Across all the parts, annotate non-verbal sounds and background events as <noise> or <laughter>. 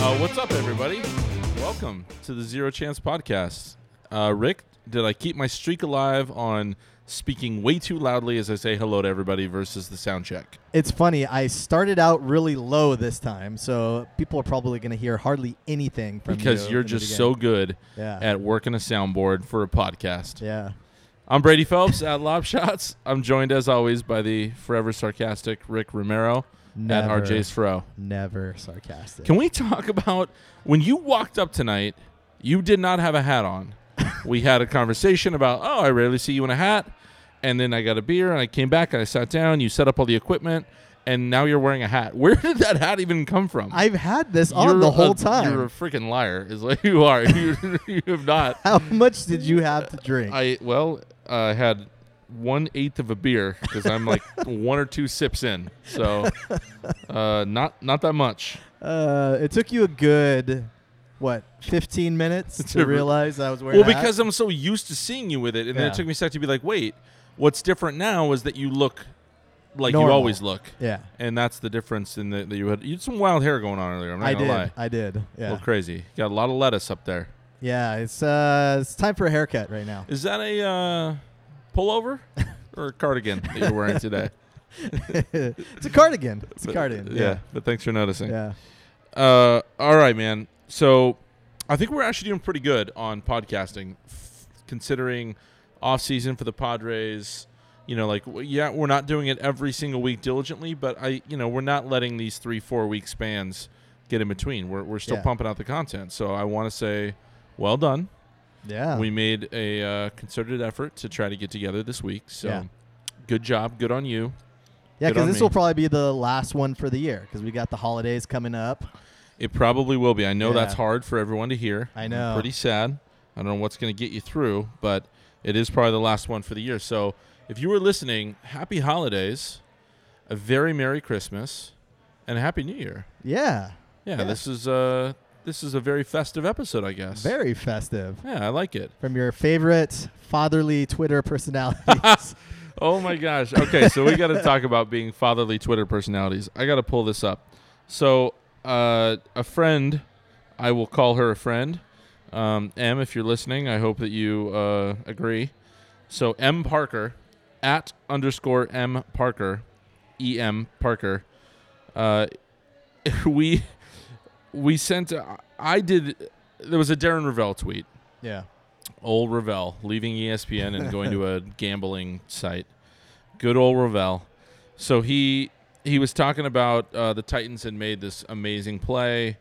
Uh, Welcome to the Zero Chance Podcast. Uh, Rick, did I keep my streak alive on speaking way too loudly as I say hello to everybody versus the sound check? It's funny. I started out really low this time, so people are probably going to hear hardly anything from Because you you're in the just so beginning. good Yeah. at working a soundboard for a podcast. yeah. I'm Brady Phelps at Lob Shots. I'm joined as always by the forever sarcastic Rick Romero Never, at RJ's Fro. never sarcastic. Can we talk about when you walked up tonight? You did not have a hat on. we had a conversation about, oh, I rarely see you in a hat. And then I got a beer and I came back and I sat down. You set up all the equipment and now you're wearing a hat. <laughs> Where did that hat even come from? I've had this on the a- whole time. You're a freaking liar, is what <laughs> you are. you, you have not. <laughs> How much did you have to drink? I, well, I had one eighth of a beer because I'm <laughs> like one or two sips in. So uh, not, not that much. uh, it took you a good, what, <laughs> 15 minutes To to re- realize I was wearing Well, a hat? because I'm so used to seeing you with it, and then Yeah. it took me a sec to be like, wait, what's different now is that you look like you Normal. always look, Yeah. and that's the difference in the, that you had. You had some wild hair going on earlier. I'm not I gonna did. lie, I did. a Yeah. little crazy. Got a lot of lettuce up there. Yeah. It's, uh, it's time for a haircut <laughs> right now. <laughs> Is that a uh, pullover or a cardigan that you're wearing today? it's a cardigan. It's a But- cardigan. Yeah, but thanks for noticing. Yeah. Uh, all right, man. So I think we're actually doing pretty good on podcasting, f- considering off season for the Padres. You know, like w- yeah, we're not doing it every single week diligently, but I, you know, we're not letting these three four week spans get in between. We're we're still Yeah. pumping out the content. So I want to say, well done. Yeah. We made a uh, concerted effort to try to get together this week. So Yeah. good job, good on you. Yeah, Good because on this me. will probably be the last one for the year because we got the holidays coming up. It probably will be. I know that's Yeah. hard for everyone to hear. I I'm know. Mm, pretty sad. I don't know what's going to get you through, but it is probably the last one for the year. So if you were listening, happy holidays, a very merry Christmas, and a happy New Year. Yeah, Yeah, Yeah. this is uh this is a very festive episode, I guess. very festive Yeah, I like it. from your favorite fatherly <laughs> Twitter personalities. <laughs> Oh my gosh. Okay, so we got to talk about being fatherly Twitter personalities. I got to pull this up. So, uh, a friend, I will call her a friend. Um, M, if you're listening, I hope that you uh, agree. So, M Parker, at underscore M Parker, E M Parker. Uh, <laughs> we we sent. I did. There was a Darren Ravel tweet yeah, old Ravel leaving E ESPN and going to <laughs> a gambling site. Good old Ravel. So he he was talking about uh, the Titans had made this amazing play,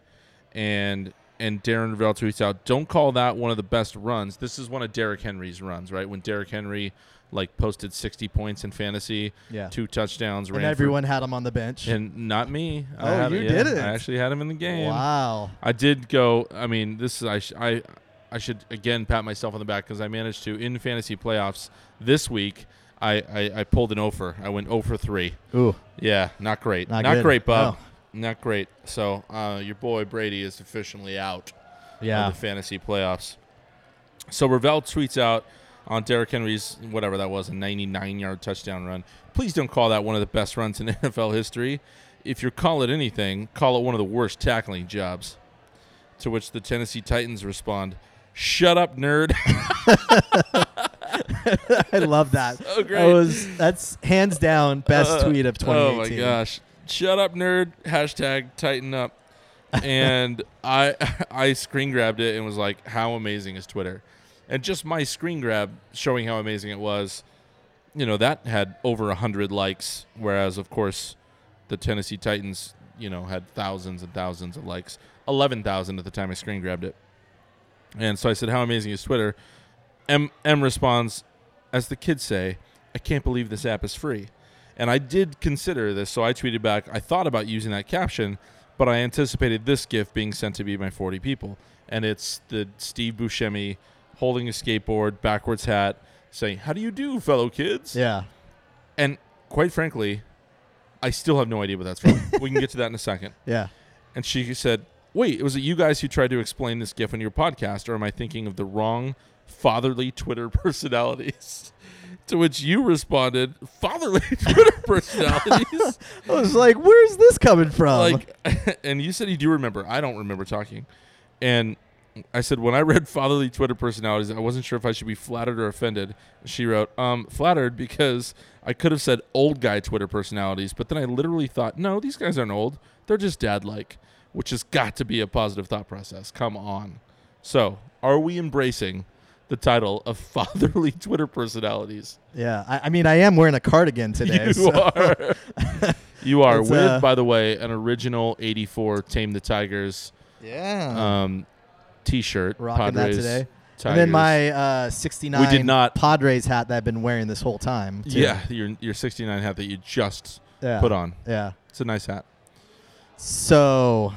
and and Darren Ravel tweets out, "Don't call that one of the best runs. This is one of Derrick Henry's runs, right? When Derrick Henry like posted 60 points in fantasy, yeah. two touchdowns, And ran for- everyone had him on the bench. and not me. I Oh, had- you yeah, didn't. I actually had him in the game. Wow. I did go. I mean, this is I sh- I I should again pat myself on the back because I managed to in fantasy playoffs this week. I I, I pulled an offer. I went 0 for three. Ooh. Yeah, not great. Not Not, good. great, Bob. Not great. So uh, your boy Brady is officially out Yeah. <laughs> of the fantasy playoffs. So Ravel tweets out on Derrick Henry's whatever that was, a 99-yard touchdown run. Please don't call that one of the best runs in <laughs> NFL history. If you call it anything, call it one of the worst tackling jobs. To which the Tennessee Titans respond, "Shut up, nerd." I love that. <laughs> So great. That was that's hands <laughs> down best Uh, tweet of Oh my 2018. gosh! Shut up, nerd. Hashtag tighten up. And <laughs> I I screen grabbed it and was like, "How amazing is Twitter?" And just my screen grab showing how amazing it was. You know that had over a hundred likes, whereas of course the Tennessee Titans, you know, had thousands and thousands of likes. Eleven thousand at the time I screen grabbed it. And so I said, "How amazing is Twitter?" M M responds, as the kids say, "I can't believe this app is free." And I did consider this, so I tweeted back, I thought about using that caption, but I anticipated this gift being sent to me by 40 people. And it's the Steve Buscemi holding a skateboard, backwards hat, saying, How do you do, fellow kids? Yeah. And quite frankly, I still have no idea what that's from. we can get to that in a second. <laughs> Yeah. And she said, Wait, was it you guys who tried to explain this GIF on your podcast, or am I thinking of the wrong fatherly <laughs> Twitter personalities? <laughs> to which you responded, Fatherly <laughs> Twitter personalities? I was like, where's this coming from? <laughs> like, and you said you do remember. I don't remember talking. And I said, when I read <laughs> fatherly Twitter personalities, I wasn't sure if I should be flattered or offended. She wrote, um, flattered because I could have said old guy Twitter personalities, but then I literally thought, no, these guys aren't old. They're just dad like, which has got to be a positive thought process. Come on. So, are we embracing the title of <laughs> fatherly Twitter personalities? Yeah, I, I mean, I am wearing a cardigan <laughs> today. You so- <laughs> are. you are. It's, With, uh, by the way, an original 84 Tame the Tigers Yeah, um, t shirt. Uh-huh. rocking that today. Tigers. And then my uh, 69 We did not- Padres hat that I've been wearing this whole time. too. Yeah, your your 69 hat that you just yeah, put on. yeah. It's a nice hat. So,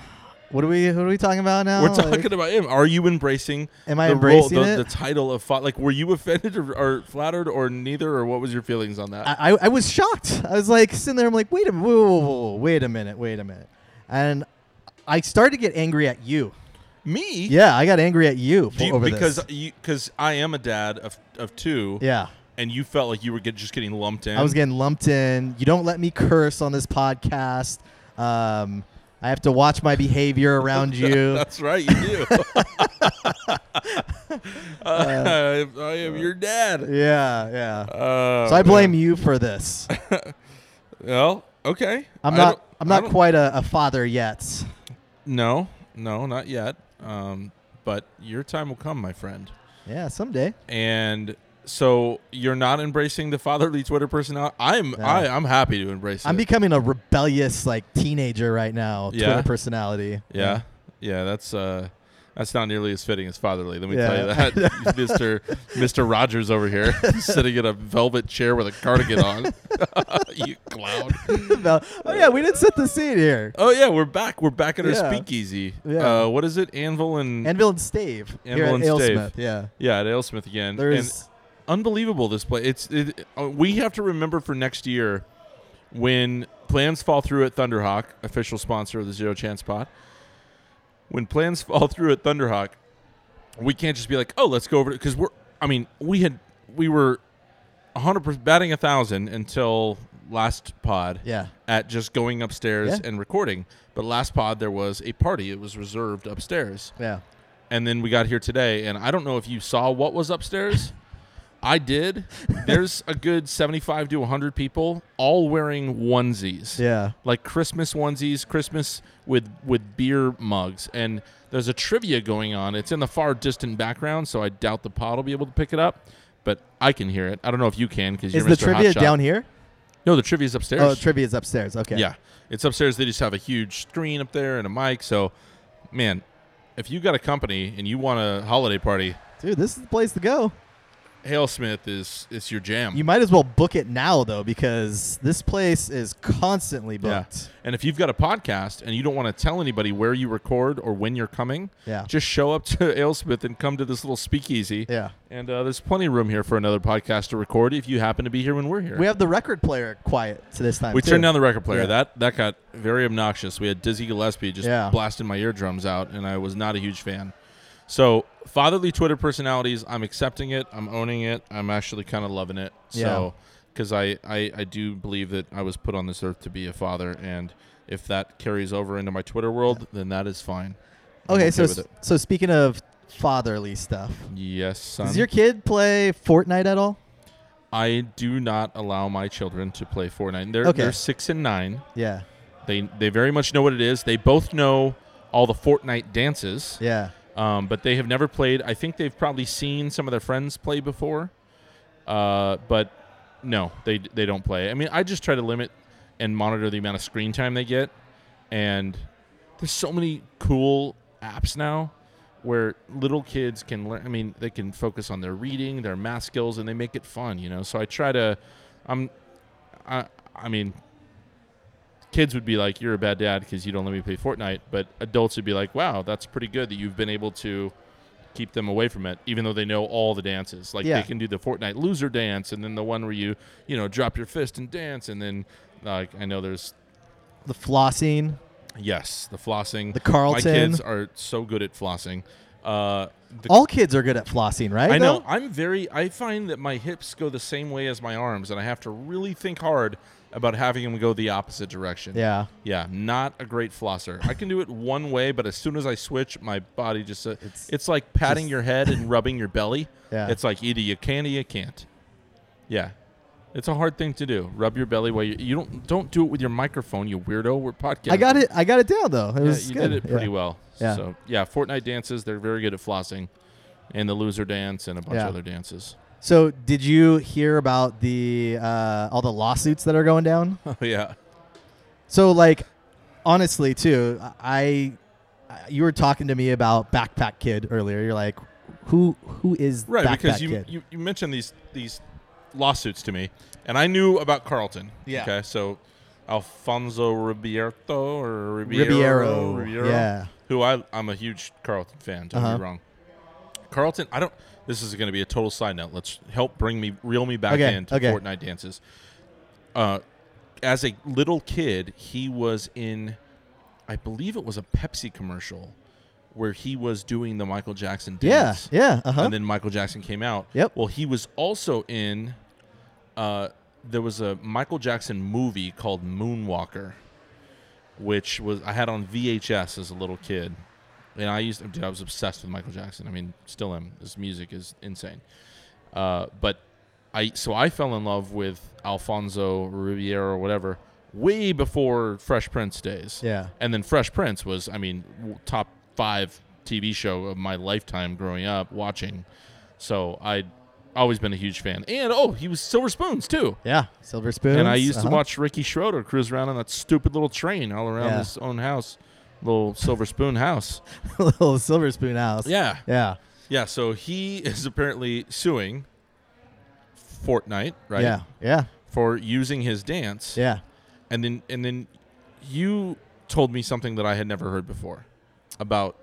what are we? What are we talking about now? We're talking Like, about him. Are you embracing am I the embracing role, the, it? the title of fa- like were you offended or, or flattered or neither or what was your feelings on that? I, I- I was shocked. I was like sitting there. I'm like, wait a minute, whoa, whoa, whoa, whoa, wait a minute, wait a minute. And I started to get angry at you. Me? Yeah, I got angry at you, Do for, you- over because this. you because I am a dad of of two Yeah, and you felt like you were get, just getting lumped in. I was getting lumped in. You don't let me curse on this podcast. Um, I have to watch my <laughs> behavior around you. That's right, you <laughs> do. Uh, I am your dad. Yeah, yeah. Uh, So I blame you <laughs> for this. Well, okay. I'm I not. don't- I'm I not don't- quite a, a father yet. No, no, not yet. Um, but your time will come, my friend. Yeah, someday. And so you're not embracing the fatherly Twitter personality. I'm No. I, I'm happy to embrace I'm it. becoming a rebellious like teenager right now. Yeah. Twitter personality. <laughs> yeah, yeah. That's uh, that's not nearly as fitting as fatherly. Let me Yeah. tell you <laughs> that, <laughs> Mister Mister Rogers over here <laughs> sitting in a velvet chair with a cardigan on. <laughs> you clown. No. Oh yeah, we didn't set the scene here. Oh yeah, we're back. We're back at our Yeah. speakeasy. Yeah. Uh, what is it? Anvil and, Anvil and Stave. here Um, Anvil and at Stave. Alesmith. Yeah. yeah, at Alesmith again. There And- is. unbelievable this play it's it, uh, we have to remember for next year when plans fall through at thunderhawk official sponsor of the zero chance pod when plans <laughs> fall through at thunderhawk we can't just be like oh let's go over because we're i mean we had we were 100% batting a thousand until last pod Yeah. at just going upstairs Yeah. and recording but last pod there was a party it was reserved upstairs Yeah. and then we got here today and i don't know if you saw what was upstairs i did there's a good 75 to 100 people all wearing onesies Yeah. like christmas onesies christmas with with beer mugs and there's a trivia going on it's in the far distant background so i doubt the pod will be able to pick it up but i can hear it i don't know if you can because Is you're the Mr. trivia Hotshot. down here? no the trivia's upstairs Oh, trivia is upstairs. Okay. yeah, it's upstairs. They just have a huge screen up there and a mic. So, man, if you got a company and you want a holiday party, Dude, this is the place to go. Hale Smith is is your jam. You might as well book it now though, because this place is constantly yeah. booked. And if you've got a podcast and you don't want to tell anybody where you record or when you're coming, Yeah. just show up to <laughs> Hale Smith and come to this little speakeasy. Yeah. And uh, there's plenty of room here for another podcast to record if you happen to be here when we're here. We have the record player quiet to this time. We too. turned down the record player. Yeah. That that got very obnoxious. We had Dizzy Gillespie just Yeah. blasting my eardrums out, and I was not a huge fan. So fatherly Twitter personalities, I'm accepting it. I'm owning it. I'm actually kind of loving it. So because I, I I do believe that I was put on this earth to be a father, and if that carries over into my Twitter world, then that is fine. I'm Okay, so with s- it. so speaking of fatherly stuff, yes, son. does your kid play Fortnite at all? I do not allow my children to play Fortnite. They're Okay. they're six and nine. Yeah, They they very much know what it is. They both know all the Fortnite dances, yeah, um, but they have never played. I think they've probably seen some of their friends play before, uh, but no, they they don't play. I mean, I just try to limit and monitor the amount of screen time they get, and there's so many cool apps now where little kids can learn. I mean, they can focus on their reading, their math skills, and they make it fun. You know, so I try to. I'm, I, I mean, kids would be like, "You're a bad dad because you don't let me play Fortnite," but adults would be like, "Wow, that's pretty good that you've been able to." Keep them away from it, even though they know all the dances. Like Yeah. they can do the Fortnite loser dance, and then the one where you, you know, drop your fist and dance, and then, like I know there's the flossing, Yes, the flossing. the My Carlton. kids are so good at flossing. Uh, the, All kids are good at flossing, right? I know. though? I'm very. I find that my hips go the same way as my arms, and I have to really think hard about having him go the opposite direction. Yeah. Yeah, not a great flosser. I can do it one way, but as soon as I switch, my body just uh, it's, It's like patting just- your head and rubbing your belly. Yeah. It's like either you can or you can't. Yeah. It's a hard thing to do. Rub your belly while you, you don't don't do it with your microphone, you weirdo. We're podcasting. I got it. I got it down though. It Yeah, was you good. did it pretty yeah. well. Yeah. So yeah, Fortnite dances, they're very good at flossing. And the loser dance and a bunch Yeah. of other dances. <laughs> So, did you hear about the uh, all the lawsuits that are going down? Oh yeah. So, like, honestly, too, I, I you were talking to me about Backpack Kid earlier. You're like, who who is Right, Backpack because you, Kid? you you mentioned these these lawsuits to me, and I knew about Carlton. Yeah. Okay, so Alfonso Ribierto or Ribeiro, Ribeiro, Ribeiro, yeah. who I I'm a huge Carlton fan. Don't get Uh-huh. me wrong. Carlton, I don't. This is going to be a total side note. Let's help bring me reel me back Okay, into okay. Fortnite dances. Uh, as a little kid, he was in, I believe it was a Pepsi commercial, where he was doing the Michael Jackson yeah, dance yeah, uh huh. and then Michael Jackson came out. Yep. Well, he was also in. Uh, there was a Michael Jackson movie called Moonwalker, which was I had on VHS as a little kid, and I used dude, I was obsessed with Michael Jackson. I mean, still am. His music is insane. Uh, but I so I fell in love with Alfonso Riviera or whatever way before Fresh Prince days. Yeah. And then Fresh Prince was, I mean, w- top five TV show of my lifetime growing up watching. So I'd always been a huge fan. And oh, he was Silver Spoons too. yeah, Silver Spoons. and I used to uh-huh. watch Ricky Schroeder cruise around on that stupid little train all around Yeah. his own house, little Silver Spoon house. <laughs> little Silver Spoon House. Yeah. yeah, Yeah. So he <laughs> is apparently suing Fortnite, right? yeah, yeah, For using his dance. yeah. and then and then you told me something that I had never heard before about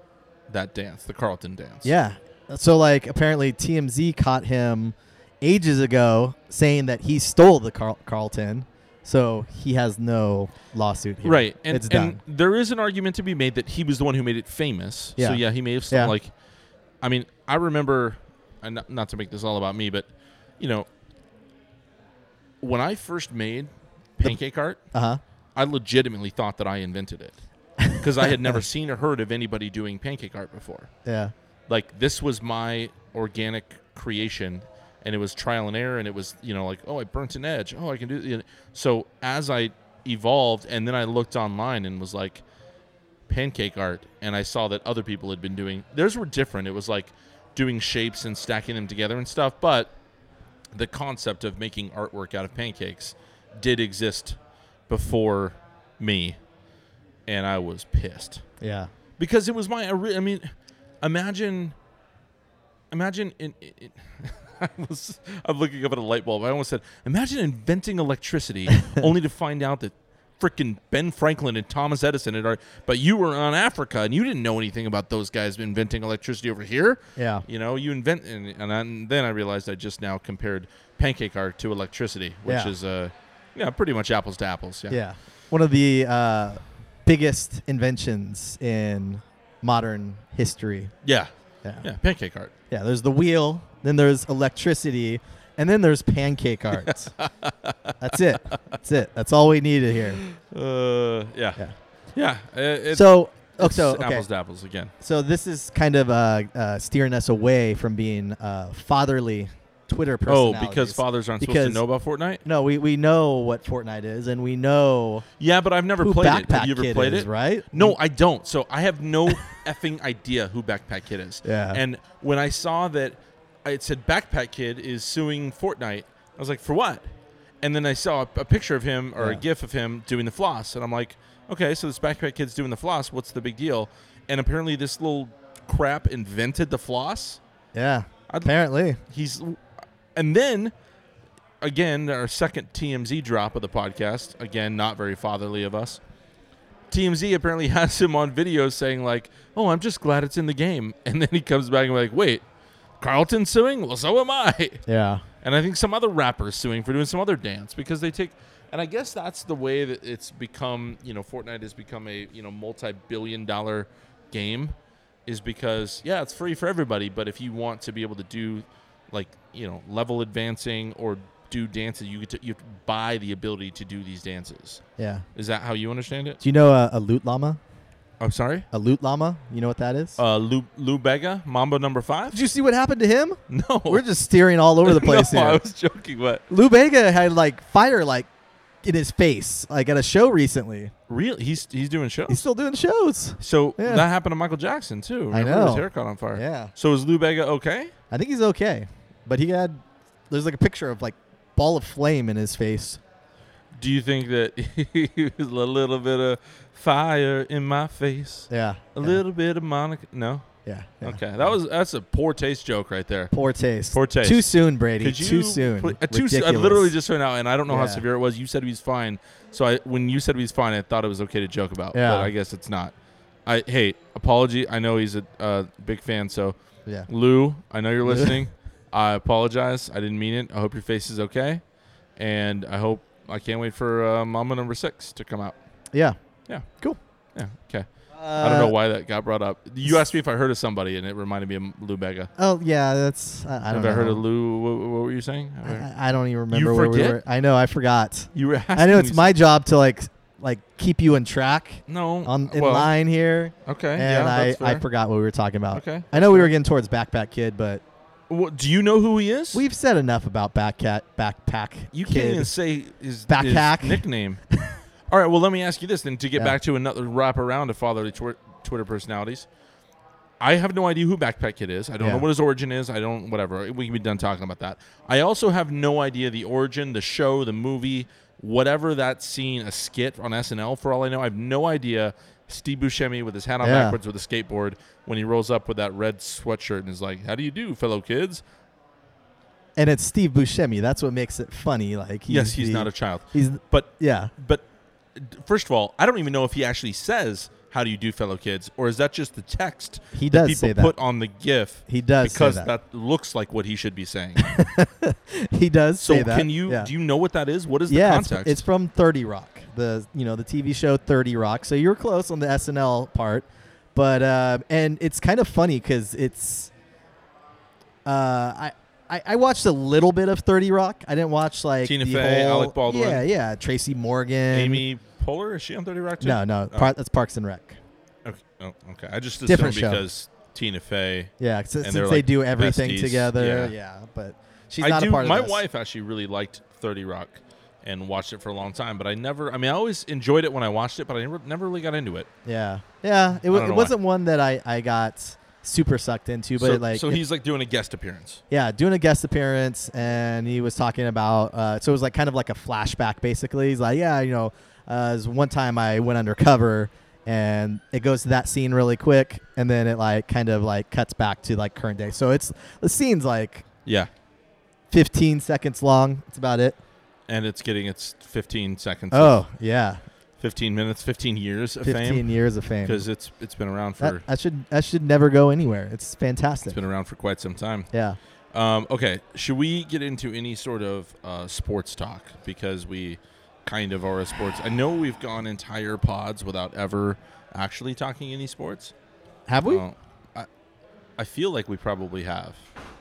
that dance, the Carlton dance. Yeah. So like apparently TMZ caught him ages ago saying that he stole the Carl- Carlton. So he has no lawsuit here. Right. And, it's and done. there is an argument to be made that he was the one who made it famous. So Yeah. yeah, he may have stolen Yeah. like I mean, I remember and not, not to make this all about me, but you know when I first made pancake art, <laughs> Uh-huh. I legitimately thought that I invented it because I had <laughs> never seen or heard of anybody doing pancake art before. Yeah. like this was my organic creation and it was trial and error and it was you know like oh i burnt an edge oh i can do you know. so as i evolved and then i looked online and was like pancake art and i saw that other people had been doing theirs were different it was like doing shapes and stacking them together and stuff but the concept of making artwork out of pancakes did exist before me and i was pissed Yeah. because it was my ori- i mean imagine imagine in, in, <laughs> i was i'm looking up at a light bulb i almost said imagine inventing electricity only to find out that frickin' ben franklin and thomas edison had already but you were on africa and you didn't know anything about those guys inventing electricity over here Yeah. you know you invent and, and, I- and then i realized i just now compared pancake art to electricity which Yeah. is uh yeah pretty much apples to apples yeah Yeah. One of the uh, biggest inventions in modern history. yeah, Yeah. yeah pancake art Yeah, there's the wheel, then there's electricity, and then there's <laughs> pancake art. That's it. That's it. That's all we needed here. uh yeah Yeah. yeah, uh, it's- so, oh, It's so okay. apples to apples again. So this is kind of uh, uh, steering us away from being uh, fatherly Twitter Oh, personalities. because fathers aren't supposed to Because- know about Fortnite. no, we, we know what Fortnite is, and we know Yeah, but I've never who played it. Backpack Have you ever Kid played is, it? right? No, I don't. So I have no <laughs> effing idea who Backpack Kid is. Yeah. And when I saw that it said Backpack Kid is suing Fortnite, I was like, for what? And then I saw a, a picture of him or a Yeah. GIF of him doing the floss, and I'm like, okay, so this Backpack Kid's doing the floss. What's the big deal? And apparently, this little crap invented the floss. Yeah, I'd- apparently. He's and then again our second TMZ drop of the podcast. Again, not very fatherly of us. TMZ apparently <laughs> has him on video saying like, "Oh, I'm just glad it's in the game," and then he comes back and like, "Wait, Carlton suing? Well, so am I." <laughs> Yeah, And I think some other rappers suing for doing some other dance because they take. And I guess that's the way that it's become. You know, Fortnite has become a you know multi-billion-dollar game, is because yeah, it's free for everybody. But if you want to be able to do, like you know, level advancing or do dances. You get to, you have to buy the ability to do these dances. Yeah. Is that how you understand it? Do you know a, a loot llama? I'm sorry. A loot llama? You know what that is? Uh, Lou Lou Bega, Mambo number five. <laughs> Did you see what happened to him? No, We're just steering all <laughs> over the place no, here. I was joking, but Lou Bega had like fire like in his face, like at a show recently. really, he's he's doing shows. He's still doing shows. so Yeah. that happened to Michael Jackson too. I Remember his know. hair caught on fire. Yeah, So is Lou Bega okay? I think he's okay, but he had there's like a picture of like ball of flame in his face. Do you think that <laughs> he was a little bit of fire in my face? Yeah, A yeah, little bit of Monica? No. Yeah, yeah. Okay, that was that's a poor taste joke right there. Poor taste. Poor taste. Too soon, Brady. Could you Too soon. pl- uh, too soon. I Ridiculous. literally just turned out, and I don't know how Yeah. severe it was. You said he was fine, so I when you said he was fine, I thought it was okay to joke about. Yeah. But I guess it's not. I hey, apology. I know he's a uh, big fan, so yeah. Lou, I know you're listening. I apologize. I didn't mean it. I hope your face is okay, and I hope I can't wait for uh, Mama Number Six to come out. Yeah. Yeah. Cool. Yeah. Okay. Uh, I don't know why that got brought up. You asked me if I heard of somebody, and it reminded me of Lou Bega. Oh yeah, that's I, I don't Have know. I heard of Lou? What, what were you saying? I- I, I don't even remember You where we forget? were. I know. I forgot. you were. <laughs> Asking I know it's me my job to like like keep you in track No. on in well, line here, Okay. and yeah, I that's I fair. forgot what we were talking about. Okay. I know we were getting towards Backpack Kid, but Well, do you know who he is? we've said enough about Backcat Backpack. you Kid. can't even say his, his Backpack. nickname. <laughs> All right. Well, let me ask you this then to get Yeah. back to another wrap around of fatherly twi- Twitter personalities. I have no idea who Backpack Kid is. I don't know Yeah. what his origin is. I don't, whatever. We can be done talking about that. I also have no idea the origin, the show, the movie, whatever that scene, a skit on SNL for all I know. I have no idea. Steve Buscemi with his hat on Yeah. backwards with a skateboard when he rolls up with that red sweatshirt and is like, How do you do, fellow kids? And it's Steve Buscemi. That's what makes it funny. Like he's yes, he's the- not a child. He's But yeah. but d- first of all, I don't even know if he actually says "How do you do, fellow kids," or is that just the text He that does people say that. put on the GIF He does say because that. looks like what he should be saying. <laughs> He does so say that. can you Yeah. do you know what that is? What is the yeah, it's, context? it's from Thirty Rock, the you know the TV show Thirty Rock. So you're close on the SNL part, but uh, and it's kind of funny because it's uh, I, I I watched a little bit of Thirty Rock. I didn't watch like Tina the Fey, whole- Alec Baldwin. yeah, yeah, Tracy Morgan, Amy Poehler is she on Thirty Rock? Too? No, no, Oh. par- that's Parks and Rec. Okay. Oh, okay. I just assumed Different show. because Tina Fey. Yeah, since, And since they're, they like, do everything besties. together. Yeah. Yeah. but she's I not do. a part of my this. wife actually really liked Thirty Rock and watched it for a long time, but I never. I mean, I always enjoyed it when I watched it, but I never never really got into it. Yeah, yeah. It, wa- I don't it know wasn't one that I I got super sucked into, but so, it, like so it- he's like doing a guest appearance. yeah, doing a guest appearance, and he was talking about. Uh, so it was like kind of like a flashback, basically. He's like, yeah, you know, uh, there's one time I went undercover, and it goes to that scene really quick, and then it like kind of like cuts back to like current day. So it's the scene's like Yeah. 15 seconds long. That's about it. and it's getting its 15 seconds, of- Oh yeah, 15 minutes, 15 years of 15 fame years of fame. because it's it's been around for That, that should that should never go anywhere. It's it's fantastic. been around for quite some time. yeah. Um, okay, should we get into any sort of uh, sports talk because we kind of are a sports? I know we've gone entire pods without ever actually talking any sports. Have we? Uh, I, I feel like we probably have.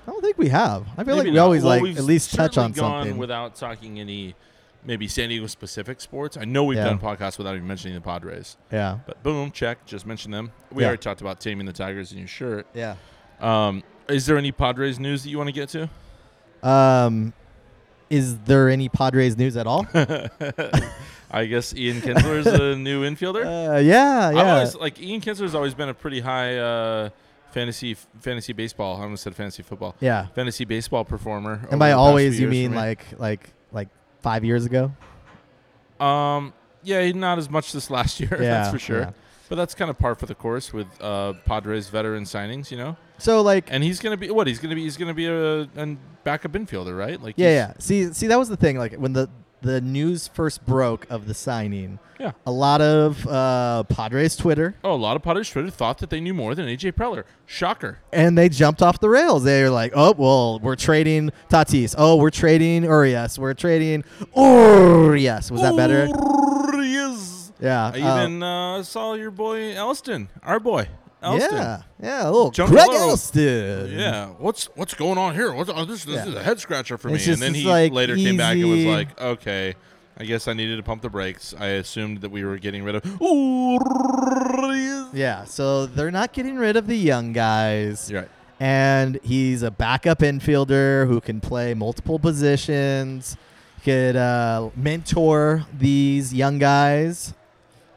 I don't think we have. I feel like Maybe we not. always Well, like we've at least touch certainly on gone something. without talking any maybe San Diego specific sports. I know we've Yeah. done podcasts without even mentioning the Padres. yeah. But boom, check. Just mention them. We Yeah. already talked about taming the tigers in your shirt. Yeah. Um, is there any Padres news that you want to get to? <laughs> Um, is there any Padres news at all? uh, I guess Ian Kinsler is <laughs> a new infielder. yeah, Uh, yeah. I've always like Ian Kinsler's always been a pretty high uh, fantasy fantasy baseball. I almost said fantasy football. yeah. Fantasy baseball performer. over And by the past always, few you years for mean me. like like like five years ago? Um, yeah, not as much this <laughs> last year. yeah, <laughs> that's for sure. yeah. But that's kind of par for the course with uh, Padres veteran signings, you know. So like, And he's gonna be what? He's gonna be he's gonna be a, a backup infielder, right? Like yeah, he's- yeah. See, see, that was the thing. Like when the the news first broke of the signing, Yeah. a lot of uh, Padres Twitter Oh, a lot of Padres Twitter thought that they knew more than AJ Preller. Shocker. and they jumped off the rails. They were like, "Oh, well, we're trading Tatis. Oh, we're trading Urias. We're trading Urias. Was that better? Yes. Yeah. I uh, even uh, saw your boy Elston, our boy, Elston. Yeah, yeah, a little Jungle Greg Earl. Elston. Yeah, what's what's going on here? What's, oh, this this Yeah. is a head scratcher for It's me. just- and then it's he like later came back and was easy- like, okay, I guess I needed to pump the brakes. I assumed that we were getting rid of. <laughs> Ooh, you're yeah. So they're not getting rid of the young guys, right. and he's a backup infielder who can play multiple positions, could uh, mentor these young guys,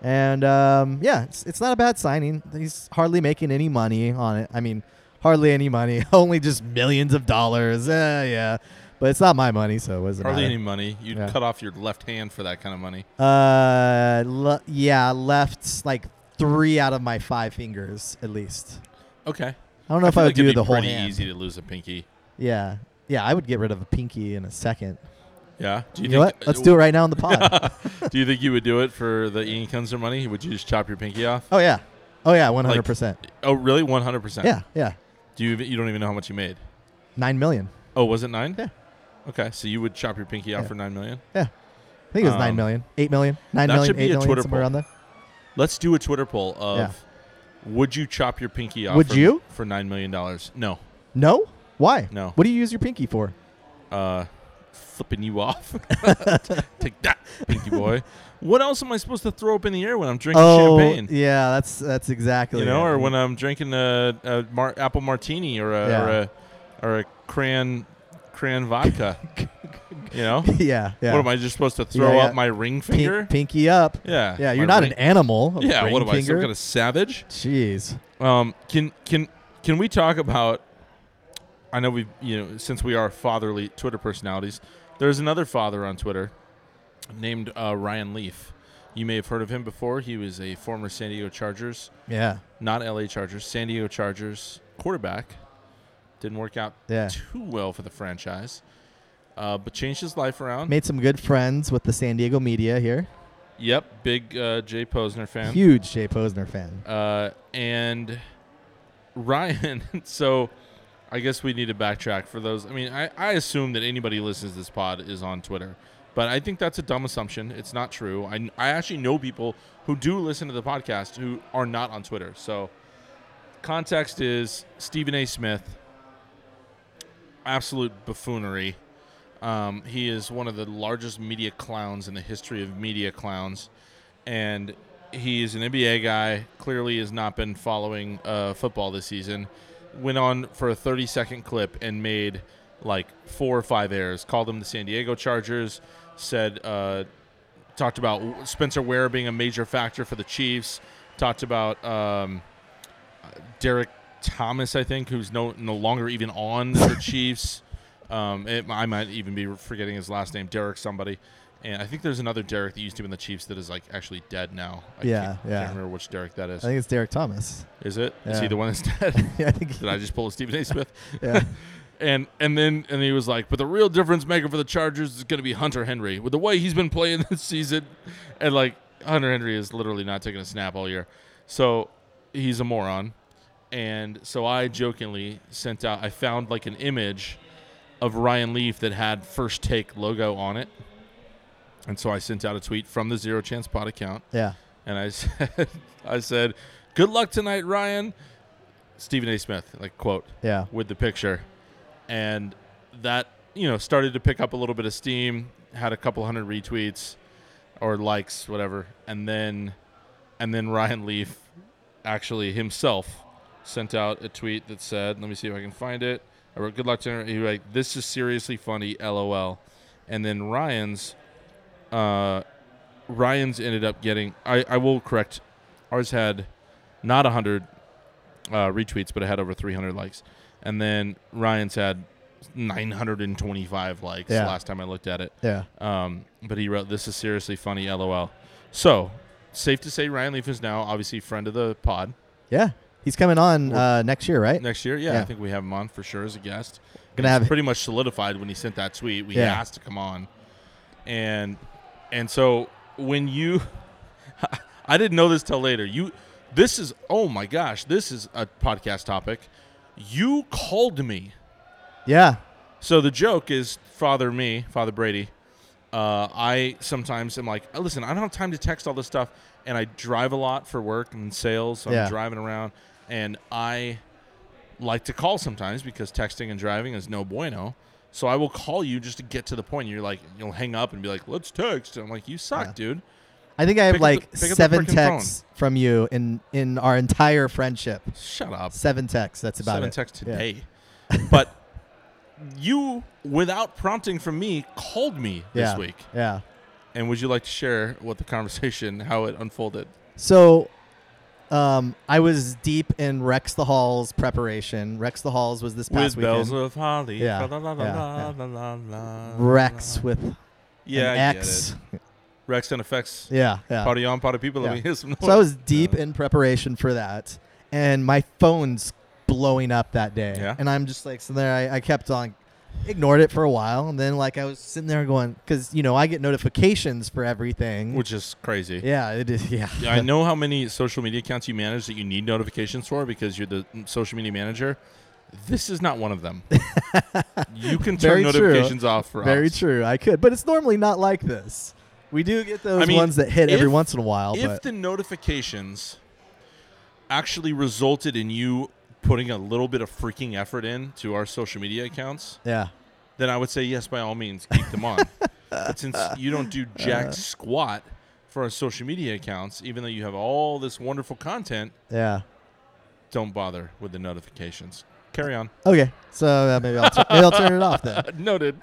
and um, yeah, it's, it's not a bad signing. He's hardly making any money on it. I mean, hardly any money, <laughs> only just millions of dollars. Uh, yeah, but it's not my money, so it doesn't Hardly matter. any money. You'd Yeah. cut off your left hand for that kind of money. Uh, le- yeah, left like three out of my five fingers at least. Okay. I don't know if I feel like would it'd do be the whole pretty hand. easy to lose a pinky. Yeah, yeah, I would get rid of a pinky in a second. Yeah. Do You, know what? Let's do it right now in <laughs> the pod. do you think you would do it for the Ian Kunzer money? Would you just chop your pinky off? oh yeah, oh yeah, one hundred percent. Oh, really? One hundred percent. Yeah, yeah, Do you? You don't even know how much you made. nine million. Oh, was it nine? Yeah. Okay, so you would chop your pinky out Yeah. for nine million. I think it was Um, nine million, eight million, nine that million, should be eight a million, Twitter somewhere poll. around there. Let's do a Twitter poll of Yeah. would you chop your pinky off Would for, you? for nine million dollars? No. No, why? No. What do you use your pinky for? Uh flipping you off. <laughs> Take that, pinky boy. What else am I supposed to throw up in the air when I'm drinking oh, champagne? yeah, that's that's exactly. You know, it. or when I'm drinking a, a mar- apple martini or a Yeah. or a or a cran cran vodka. you know? <laughs> yeah, yeah. What am I just supposed to throw Yeah, up yeah. my ring Pink- finger? pinky up. Yeah. Yeah, my you're not ring- an animal. a Yeah, ring what am I, finger. some kind of savage? Jeez. Um, can can can we talk about? I know we, have you know, since we are fatherly Twitter personalities, there's another father on Twitter named uh, Ryan Leaf. You may have heard of him before. He was a former San Diego Chargers, Yeah. not LA Chargers, San Diego Chargers quarterback. Didn't work out Yeah. too well for the franchise, uh, but changed his life around. Made some good friends with the San Diego media here. Yep, big uh, Jay Posner fan. Huge Jay Posner fan. Uh, and Ryan, <laughs> so I guess we need to backtrack for those. I mean, I, I assume that anybody who listens to this pod is on Twitter, but I think that's a dumb assumption. It's not true. I, I actually know people who do listen to the podcast who are not on Twitter. So, context is Stephen A. Smith, absolute buffoonery. Um, he is one of the largest media clowns in the history of media clowns, and he is an NBA guy. Clearly, has not been following uh, football this season. Went on for a 30 second clip and made like four or five errors. Called them the San Diego Chargers. Said uh, talked about Spencer Ware being a major factor for the Chiefs. Talked about um, Derek Thomas, I think, who's no no longer even on <laughs> the Chiefs. Um, it, I might even be forgetting his last name, Derek somebody. And I think there's another Derek that used to be in the Chiefs that is like actually dead now. I Yeah, can't, yeah. can't remember which Derek that I is. think it's Derek Thomas. <laughs> Is it? Is he Yeah. the one that's <laughs> dead? Yeah, I think. Did I just pull a Stephen A. Smith? Yeah. And and then and he was like, but the real difference maker for the Chargers is going to be Hunter Henry with the way he's been playing <laughs> this season, and like Hunter Henry is literally not taking a snap all year, so he's a moron. And so I jokingly sent out, I found like an image of Ryan Leaf that had First Take logo on it, and so I sent out a tweet from the Zero Chance Pod account, yeah. and I <laughs> said, I said, good luck tonight, Ryan. Stephen A. Smith, like quote Yeah. with the picture, and that you know started to pick up a little bit of steam. Had a couple hundred retweets or likes, whatever, and then and then Ryan Leaf actually himself sent out a tweet that said, "Let me see if I can find it." I wrote, "Good luck to everyone." He was like, "This is seriously funny, lol," and then Ryan's uh, Ryan's ended up getting. I I will correct. Ours had not a hundred uh, retweets, but it had over 300 likes. And then Ryan's had 925 likes Yeah. last time I looked at it. Yeah. Um, but he wrote, "This is seriously funny, lol." So safe to say, Ryan Leaf is now obviously friend of the pod Yeah. He's coming on uh, next year, right? next year. Yeah, I Yeah. think we have him on for sure as a guest. Gonna It's have- pretty much solidified when he sent that tweet. We Yeah. asked to come on, and and so when you, <laughs> I didn't know this till later. You, this is oh my gosh, this is a podcast topic. You called me. Yeah. So the joke is, Father me, Father Brady. Uh, I sometimes am like, "Oh, listen, I don't have time to text all this stuff, and I drive a lot for work and sales. So Yeah. I'm driving around, and I like to call sometimes because texting and driving is no bueno. So I will call you just to get to the point. You're like, you'll hang up and be like, "Let's text." And I'm like, "You suck, Yeah. dude." I think Pick I up have the- like pick up the seven frickin' phone. texts from you in in our entire friendship. Shut up. Seven texts. That's about seven it. texts Yeah. <laughs> today. but you, without prompting from me, called me Yeah. this week. Yeah. And would you like to share what the conversation, <laughs> how it unfolded? So um, I was deep in Rex the Halls preparation. Rex the Halls was this past With bells weekend. of holly. Yeah, la la la yeah, la yeah. la la la. Rex with Yeah, an I get X. it. Rex and effects. Yeah, yeah. Party on, party people. Let Yeah. me hear some noise. So I was deep Yeah. in preparation for that, and my phone's blowing up that day. Yeah. And I'm just like sitting there. I, I kept on, ignored it for a while, and then like I was sitting there going, because you know I get notifications for <laughs> everything. Which is crazy. yeah, it is. Yeah. <laughs> Yeah, I know how many social media accounts you manage that you need notifications for because you're the social media manager. This is not one of <laughs> them. you can turn Very true. notifications off for Very us. true. I could, but it's normally not like this. We do get those I mean, ones that hit every if- once in a while, if but the notifications actually resulted in you putting a little bit of freaking effort in to our social media accounts, yeah, then I would say yes, by all means, keep them on. but <laughs> since you don't do Uh-huh. jack squat for our social media accounts, even though you have all this wonderful content, yeah. don't bother with the notifications. Carry on. Okay, so uh, maybe I'll tu- maybe I'll turn it off then. Noted.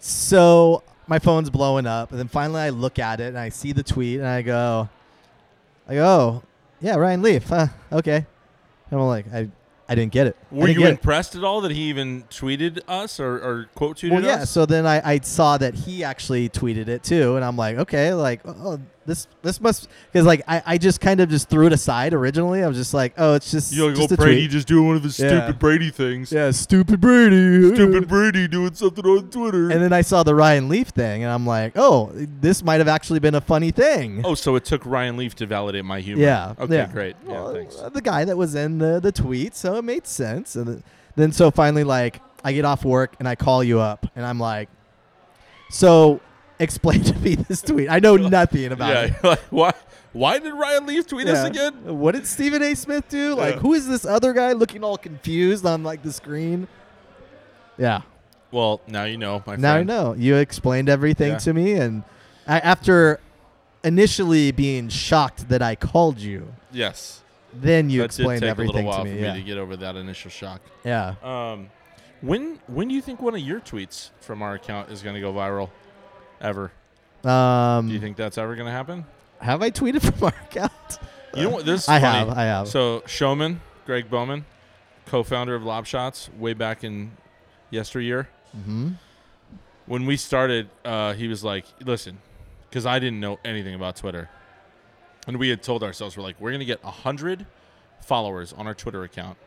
So my phone's blowing up, and then finally I look at it and I see the tweet, and I go, I go, oh, yeah, Ryan Leaf, huh? Okay. And I'm like, I, I didn't get it. I Were didn't you get it. impressed at all that he even tweeted us or, or quote tweeted Well, yeah. us? So then I, I saw that he actually tweeted it too, and I'm like, okay, like oh, this this must because like I, I just kind of just threw it aside originally. I was just like, oh, it's just You're like, just oh, a Brady tweet. just doing one of his Yeah. stupid Brady things. Yeah, stupid Brady. <laughs> Stupid Brady doing something on Twitter. And then I saw the Ryan Leaf thing, and I'm like, oh, this might have actually been a funny <laughs> thing. oh, so it took Ryan Leaf to validate my humor. Yeah. Okay, yeah. great. Yeah, Well, thanks. uh, The guy that was in the, the tweet, so it made sense. And th- then so finally, like, I get off work and I call you up, and I'm like, so explain <laughs> to me this <laughs> tweet. I know nothing about yeah. it. <laughs> Like, why? Why did Ryan Leaf tweet us Yeah. again? What did Stephen A. Smith do? Like, Yeah. who is this other guy looking all confused on like the screen? Yeah. Well, now you know, my Now I friend. know. You explained everything Yeah. to me, and I, after initially being shocked that I called you, Yes. then you that explained did take a everything little while to me. for yeah. me to get over that initial shock. yeah. Um, when when do you think one of your tweets from our account is going to go viral? Ever? Um, Do you think that's ever going to happen? have I tweeted <laughs> from our account? You know what? This is I funny. have. I have. So Showman, Greg Bowman, co-founder of Lob Shots, way back in yesteryear. hmm When we started, uh, he was like, "Listen," because I didn't know anything about Twitter, and we had told ourselves we're like, "We're gonna get hundred followers on our Twitter account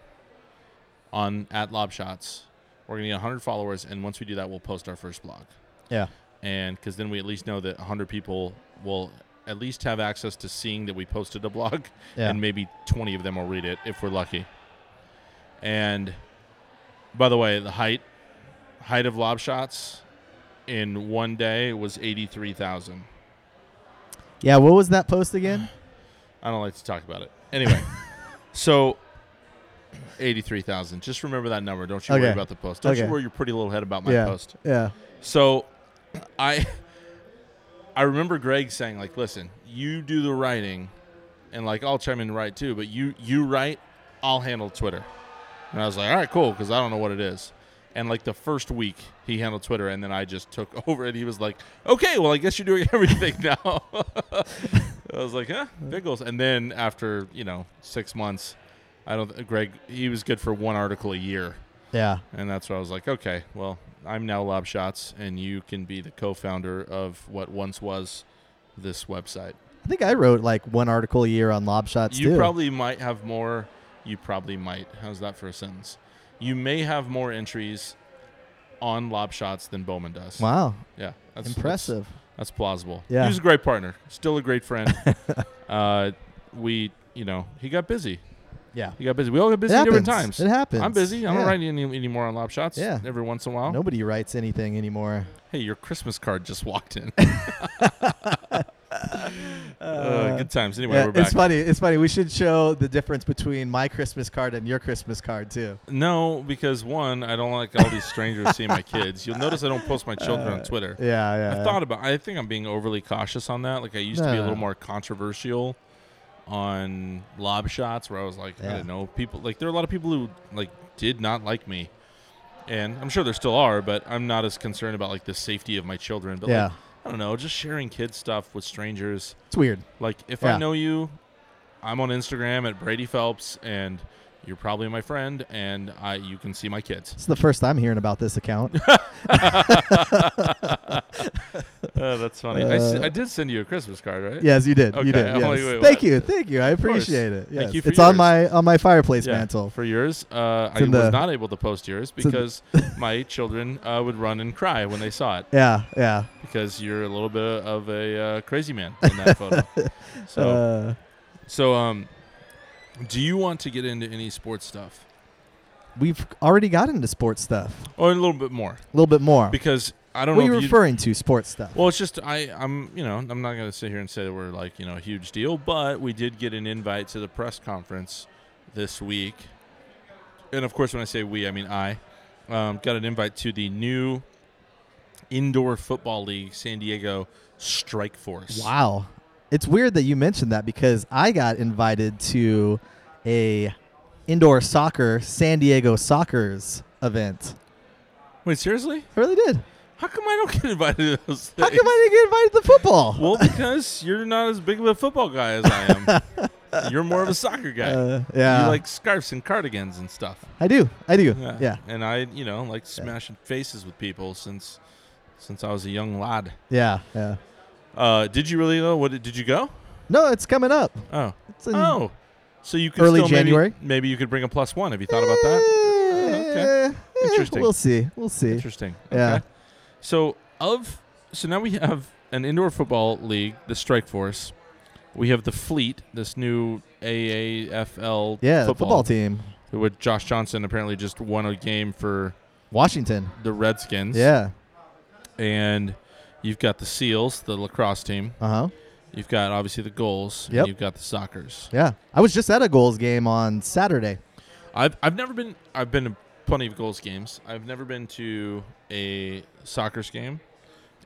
on at Lob Shots. We're gonna get hundred followers, and once we do that, we'll post our first blog." Yeah. and because then we at least know that 100 people will at least have access to seeing that we posted a blog Yeah. and maybe 20 of them will read it if we're lucky and by the way the height height of lob shots in one day was 83000 yeah. What was that post again? i don't like to talk about it <laughs> anyway so 83000 just remember that number don't you worry Okay. about the post don't you Okay. worry your pretty little head about <sighs> my yeah. post Yeah. So I I remember Greg saying like, "Listen, you do the writing and like I'll chime in and write too, but you you write, I'll handle Twitter." And I was like, "All right, cool, cuz I don't know what it is." And like the first week, he handled Twitter and then I just took <laughs> over and he was like, "Okay, well, I guess you're doing <laughs> everything now." I was like, "Huh? Pickles." And then after, you know, 6 months, I don't Greg he was good for one article a year. Yeah. And that's where I was like, okay, well, I'm now Lob Shots, and you can be the co-founder of what once was this website. I think I wrote like one article a year on lob shots you too. probably might have more. You probably might. How's that for a sentence? You may have more entries on Lob Shots than Bowman does. wow. Yeah, that's Impressive. That's, that's plausible. Yeah. he was a great partner, still a great <laughs> friend. uh, we, you know, he got busy. Yeah. He got busy. We all got busy at it different happens. times. It happens. I'm busy. I yeah. don't write any anymore on Lob Shots. Yeah. every once in a while. Nobody writes anything anymore. Hey, your Christmas card just walked in. Uh, good times. Anyway, Yeah, we're back. it's funny. It's funny. We should show the difference between my Christmas card and your Christmas card too. No, because one, I don't like all these strangers seeing my kids. You'll notice I don't post my children on Twitter. Yeah, Uh, yeah. I thought about. I think I'm being overly cautious on that. Like I used to be a No. little more controversial on lob shots, where I was like, I Yeah. don't know, people like there are a lot of people who like did not like me, and I'm sure there still are, but I'm not as concerned about like the safety of my children. But yeah, like, I don't know, just sharing kid stuff with strangers. it's weird. Like if Yeah. I know you, I'm on Instagram at Brady Phelps, and you're probably my friend, and I you can see my <laughs> kids. <laughs> Oh, It's the first I'm hearing about this account. Uh, that's funny. I s I Uh, I, did send you a Christmas card, right? yes, you did. Okay, You did. I'm yes. like, wait, thank what? you, thank you. I course. appreciate it. Thank Yes. you for it's on yours. my on my fireplace mantle. For yours, uh, I It's in the- was not able to post yours It's in- <laughs> because my children uh, would run and cry when they saw it Yeah, yeah. because you're a little bit of a uh, crazy man in that <laughs> photo. So, Uh, so um, do you want to get into any sports stuff? we've already got into sports stuff Or a little bit more a little bit more. because I don't What are know. you if you- referring to? Sports stuff. well, it's just I, I'm, you know, I'm not going to sit here and say that we're like, you know, a huge deal, but we did get an invite to the press conference this week, and of course, when I say we, I mean I um, got an invite to the new indoor football league, San Diego Strike Force. Wow. It's weird that you mentioned that because I got invited to a indoor soccer San Diego Soccer's event. Wait, seriously? I really did. How come I don't get <laughs> invited to those How things? come I didn't get invited to football? well, because you're not as big of a football guy as I <laughs> am. you're more of a soccer guy. Uh, yeah. you like scarves and cardigans and stuff. I do. I do. Yeah. Yeah. yeah. And I, you know, like smashing faces with people since since I was a young lad. Yeah. Yeah. Uh, did you really though? What did, did you go? No, it's coming up. Oh. It's in oh. So you could Mm. early still maybe- January? Maybe, you could bring a plus one. Have you thought about that? okay. Eh, eh, Interesting. We'll see. We'll see. Interesting. Eh. Yeah. Okay. So of so now we have an indoor football league, the Strike Force. We have the Fleet, this new AAFL Yeah, the football, football team. With Josh Johnson apparently just won a game for Washington. the Redskins. Yeah. and you've got the seals the lacrosse team Uh-huh. you've got obviously the goals and Yep. you've got the soccers Yeah. I was just at a goals game on Saturday. I've, I've never been i've been to plenty of goals games i've never been to a soccers game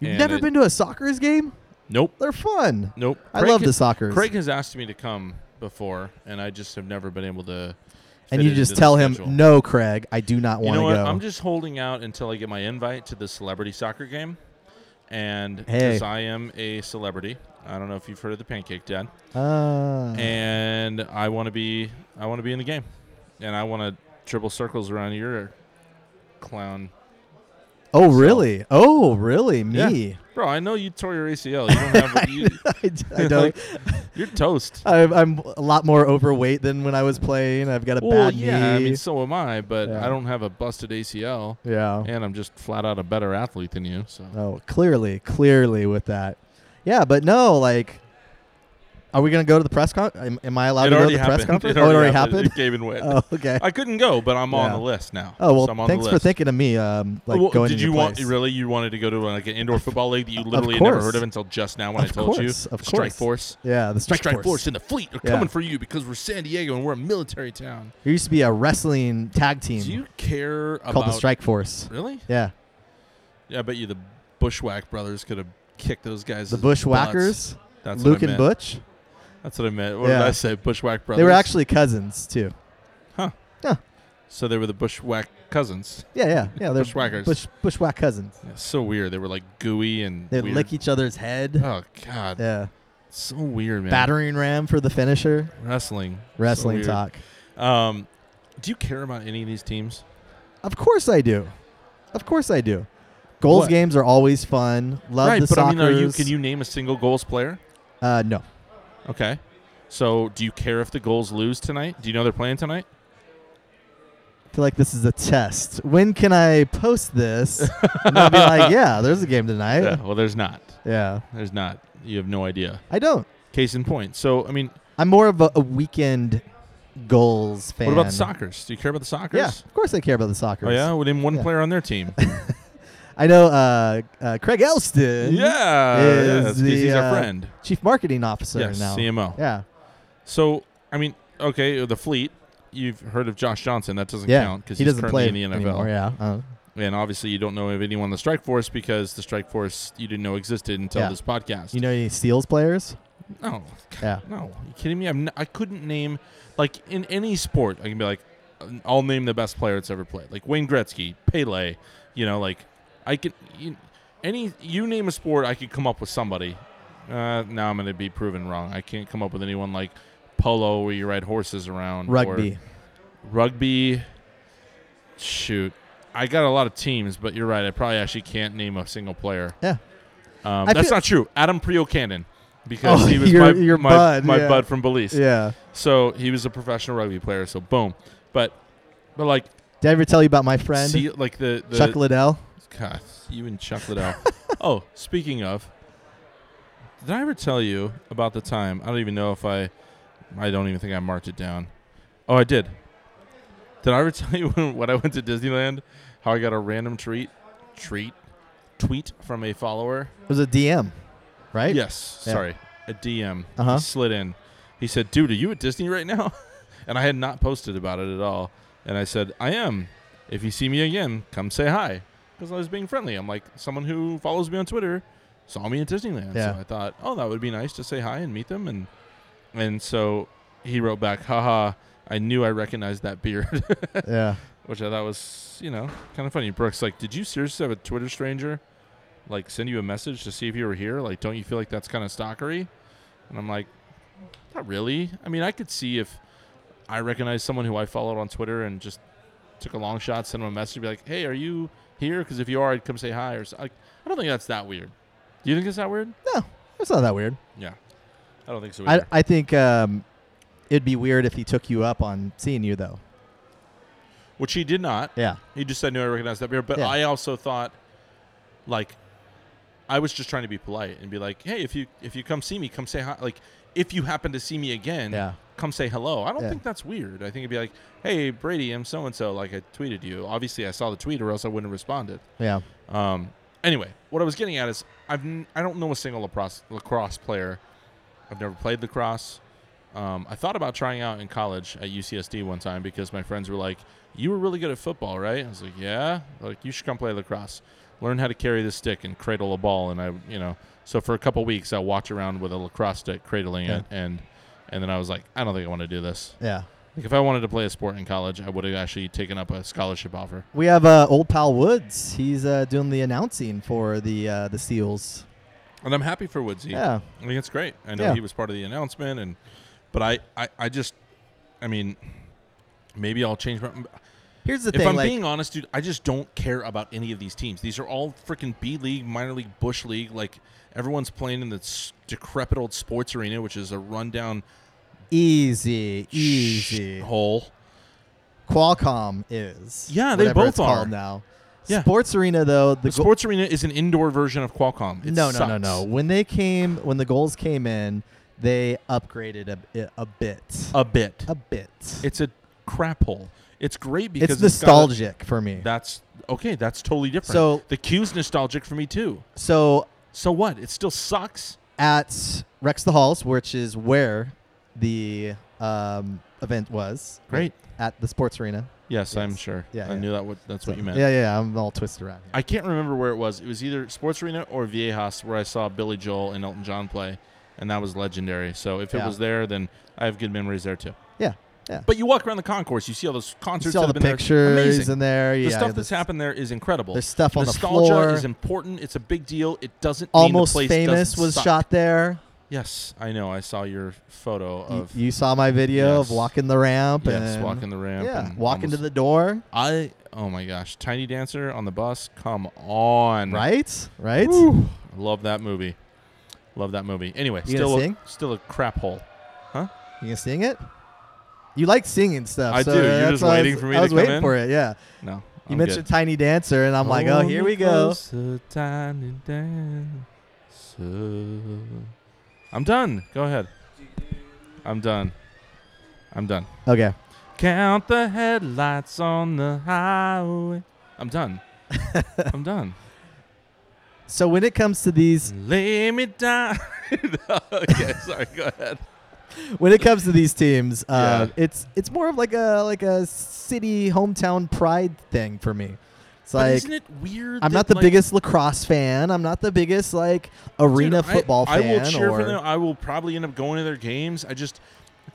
You've And never it- been to a soccer's game? nope They're fun. nope I love the has, soccer. craig has asked me to come before and i just have never been able to and fit you it into just the tell him, schedule. no, Craig, I do not you want know to what go. i'm just holding out until i get my invite to the celebrity soccer game and Hey. because i am a celebrity i don't know if you've heard of the pancake dad Ah. and I want to be I want to be in the game, and I want to triple circles around your clown, oh, really? Oh, really? Yeah. Me? bro. I know you tore your ACL. You don't <laughs> have you, I, d- <laughs> I don't. you're <laughs> toast. I'm, I'm a lot more overweight than when I was playing. I've got a Well, bad knee. yeah, I mean, so am I, but Yeah. Oh. I don't have a busted ACL, yeah. and I'm just flat out a better athlete than you. So Oh, clearly, clearly with that. Yeah, but no, like, are we gonna go to the press con? Am, am I allowed to go to the press conference? It oh, already it already happened. happened. It <laughs> came and went. Oh, <laughs> okay. I couldn't go, but I'm on Yeah. the list now. Oh so I'm well, on the thanks for list. thinking of me. Um, like Well, going. did to you your want place. really you wanted to go to like an <laughs> indoor football league that you literally had never course. heard of until just now when Of I told course, you? of Strike course. Force. Yeah, the strike, Strike, Force. force. and the Fleet are Yeah. coming for you because we're San Diego and we're a military town. There used to be a wrestling tag team Do you care about called the Strike Force. Really? Yeah, Yeah, I bet you the Bushwhack brothers could have kicked those guys. the Bushwhackers, That's Luke what I meant. and Butch. That's what I meant. What did Yeah. I say? Bushwhack brothers. They were actually cousins too. So they were the Bushwhack cousins. Yeah, yeah, yeah. They're Bushwhackers. Bush, Bushwhack cousins. Yeah, so weird. They were like gooey and They weird. lick each other's head. Oh God. yeah, So weird, man. battering ram for the finisher. Wrestling. So Wrestling weird. talk. Um, do you care about any of these teams? Of course I do. Of course I do. Goals What? games are always fun. Love right, the but soccer. I mean, are you? Can you name a single goals player? Uh, no. Okay. So, do you care if the goals lose tonight? Do you know they're playing tonight? I feel like this is a test. When can I post <laughs> this? and I'll be like, yeah, there's a game tonight. Yeah. Well, there's not. There's not. You have no idea. I don't. Case in point. So, I mean, I'm more of a, a weekend goals fan. what about the Sockers? Oh, Do you care about the Sockers? Yeah, of course I care about the soccer. Oh yeah. Well, name one <laughs> Yeah. player on their team. I know uh, uh, Craig Yeah, Elston. is yeah, that's 'cause he's the, our uh, friend. Chief marketing officer Yes, now. CMO. Yeah. So I mean, okay, uh, the fleet. You've heard of Josh Johnson. That doesn't Yeah. count because he he's doesn't play currently in the NFL. anymore. Yeah. Uh, And obviously, you don't know of anyone on the strike force because the strike force you didn't know existed until Yeah. this podcast. you know any Steels players? no, Yeah. no, you kidding me? I'm n- I couldn't name like in any sport. I can be like, uh, I'll name the best player that's ever played, like Wayne Gretzky, Pele. You know, like I could you, any you name a sport, I could come up with somebody. Uh, now I'm going to be proven wrong. I can't come up with anyone like polo where you ride horses around. or- Rugby. Rugby. Shoot, I got a lot of teams, but you're right. I probably actually can't name a single player. Yeah. um, I that's feel- not true. Adam Priocannon, because Oh, he <laughs> was your- my your my, bud, my yeah. bud from Belize. Yeah. So he was a professional rugby player. So boom, but but like Did I ever tell you about my friend see like the, the Chuck Liddell? God, you and <laughs> Chuck Liddell. oh, speaking of, did I ever tell you about the time? I don't even know if I, I don't even think I marked it down. Oh, I did. Did I ever <laughs> tell you when, when I went to Disneyland how I got a random treat, treat, tweet from a follower? It was a DM, right? Yes, Yeah. sorry, a DM He Uh-huh. slid in. He said, "Dude, are you at Disney right now?" <laughs> and I had not posted about it at all. And I said, "I am. If you see me again, come say hi." Because I was being friendly. I'm like someone who follows me on Twitter saw me at Disneyland, Yeah. so I thought, "Oh, that would be nice to say hi and meet them." And and so he wrote back, "Haha." I knew I recognized that beard, <laughs> Yeah. which I thought was, you know, kind of funny. Brooks, like, did you seriously have a Twitter stranger, like, send you a message to see if you were here? Like, don't you feel like that's kind of stalkery? And I'm like, not really. I mean, I could see if I recognize someone who I followed on Twitter and just took a long shot, sent them a message, be like, hey, are you here? Because if you are, I'd come say hi. Or so. I, I don't think that's that weird. Do you think it's that weird? It's not that weird. Yeah, I don't think so. I, Either. I think um, it'd be weird if he took you up on seeing you, though. Which he did not. Yeah. He just said, "No, I recognize that beer." But Yeah. I also thought, like, I was just trying to be polite and be like, "Hey, if you if you come see me, come say hi. Like, if you happen to see me again, Yeah. come say hello." I don't Yeah. think that's weird. I think it'd be like, "Hey, Brady, I'm so and so. Like, I tweeted you. Obviously, I saw the tweet, or else I wouldn't have responded." Yeah. Um, anyway, what I was getting at is I've n- I don't know a single lacrosse lacrosse player. I've never played lacrosse. Um, I thought about trying out in college at UCSD one time because my friends were like, "You were really good at football, right?" I was like, "Yeah." They're Like you should come play lacrosse, learn how to carry the stick and cradle a ball. And I, you know, so for a couple weeks I walked around with a lacrosse stick, cradling Yeah. it, and and then I was like, "I don't think I want to do this." Yeah. Like if I wanted to play a sport in college, I would have actually taken up a scholarship offer. We have uh, old pal Woods. He's uh, doing the announcing for the uh, the Seals. And I'm happy for Woodsy. Yeah. I think it's great. I know Yeah. he was part of the announcement, and but I, I, I just, I mean, maybe I'll change my. Here's the If thing. I'm like, being honest, dude, I just don't care about any of these teams. These are all freaking B league, minor league, bush league. Like everyone's playing in the s- decrepit old sports arena, which is a rundown easy, easy. hole. Qualcomm is. Yeah, they whatever both it's called are. now. Yeah. Sports Arena though, The the, goal- sports arena is an indoor version of Qualcomm. It no, no, no, sucks. no. When they came, when the goals came in, they upgraded a, a bit, a bit. a bit. Oh. It's a crap hole. It's great because it's got a- nostalgic for me. that's okay. That's totally different. So- the cue's nostalgic for me too. So So what? It still sucks. at Rex the Halls, which is where the um, event was. Great. At the sports arena. Yes, I'm Yes. sure. Yeah, I yeah. knew that. What that's what you meant. Yeah, yeah, I'm all twisted around here. I can't remember where it was. It was either Sports Arena or Viejas, where I saw Billy Joel and Elton John play, and that was legendary. So if it Yeah. was there, then I have good memories there too. yeah, yeah. But you walk around the concourse, you see all those concerts. you see that all have the been there. pictures Amazing. in there. the yeah, stuff that's this happened there is incredible. there's stuff on the Nostalgia floor. is important. It's a big deal. It doesn't Almost mean the place famous doesn't was suck. shot there. Yes, I know. I saw your photo Y- of you saw my video of Yes. walking the ramp yes, and walking the ramp. yeah, and walking to almost- the door. I oh my gosh, Tiny Dancer on the bus. Come on, Right, right. Mm-hmm. Woo. Love that movie. Love that movie. Anyway, You gonna still a, sing? still a crap hole. You can sing it. You like singing stuff. I so do. You're that's just why I waiting was- for me I to was come waiting in? for it. Yeah. No, You mentioned Tiny Dancer, and I'm like, oh, here we go. I'm done. Go ahead. I'm done. I'm done. Okay. Count <laughs> the headlights on the highway. I'm done. I'm done. So when it comes to these, Lay me down. <laughs> okay, sorry. Go ahead. when it comes to these teams, uh, it's it's more of like a like a city hometown pride thing for me. It's But like isn't it weird? I'm that, not the like, biggest lacrosse fan. I'm not the biggest like dude, arena I- football I, fan. will cheer or for them. I will probably end up going to their games. I just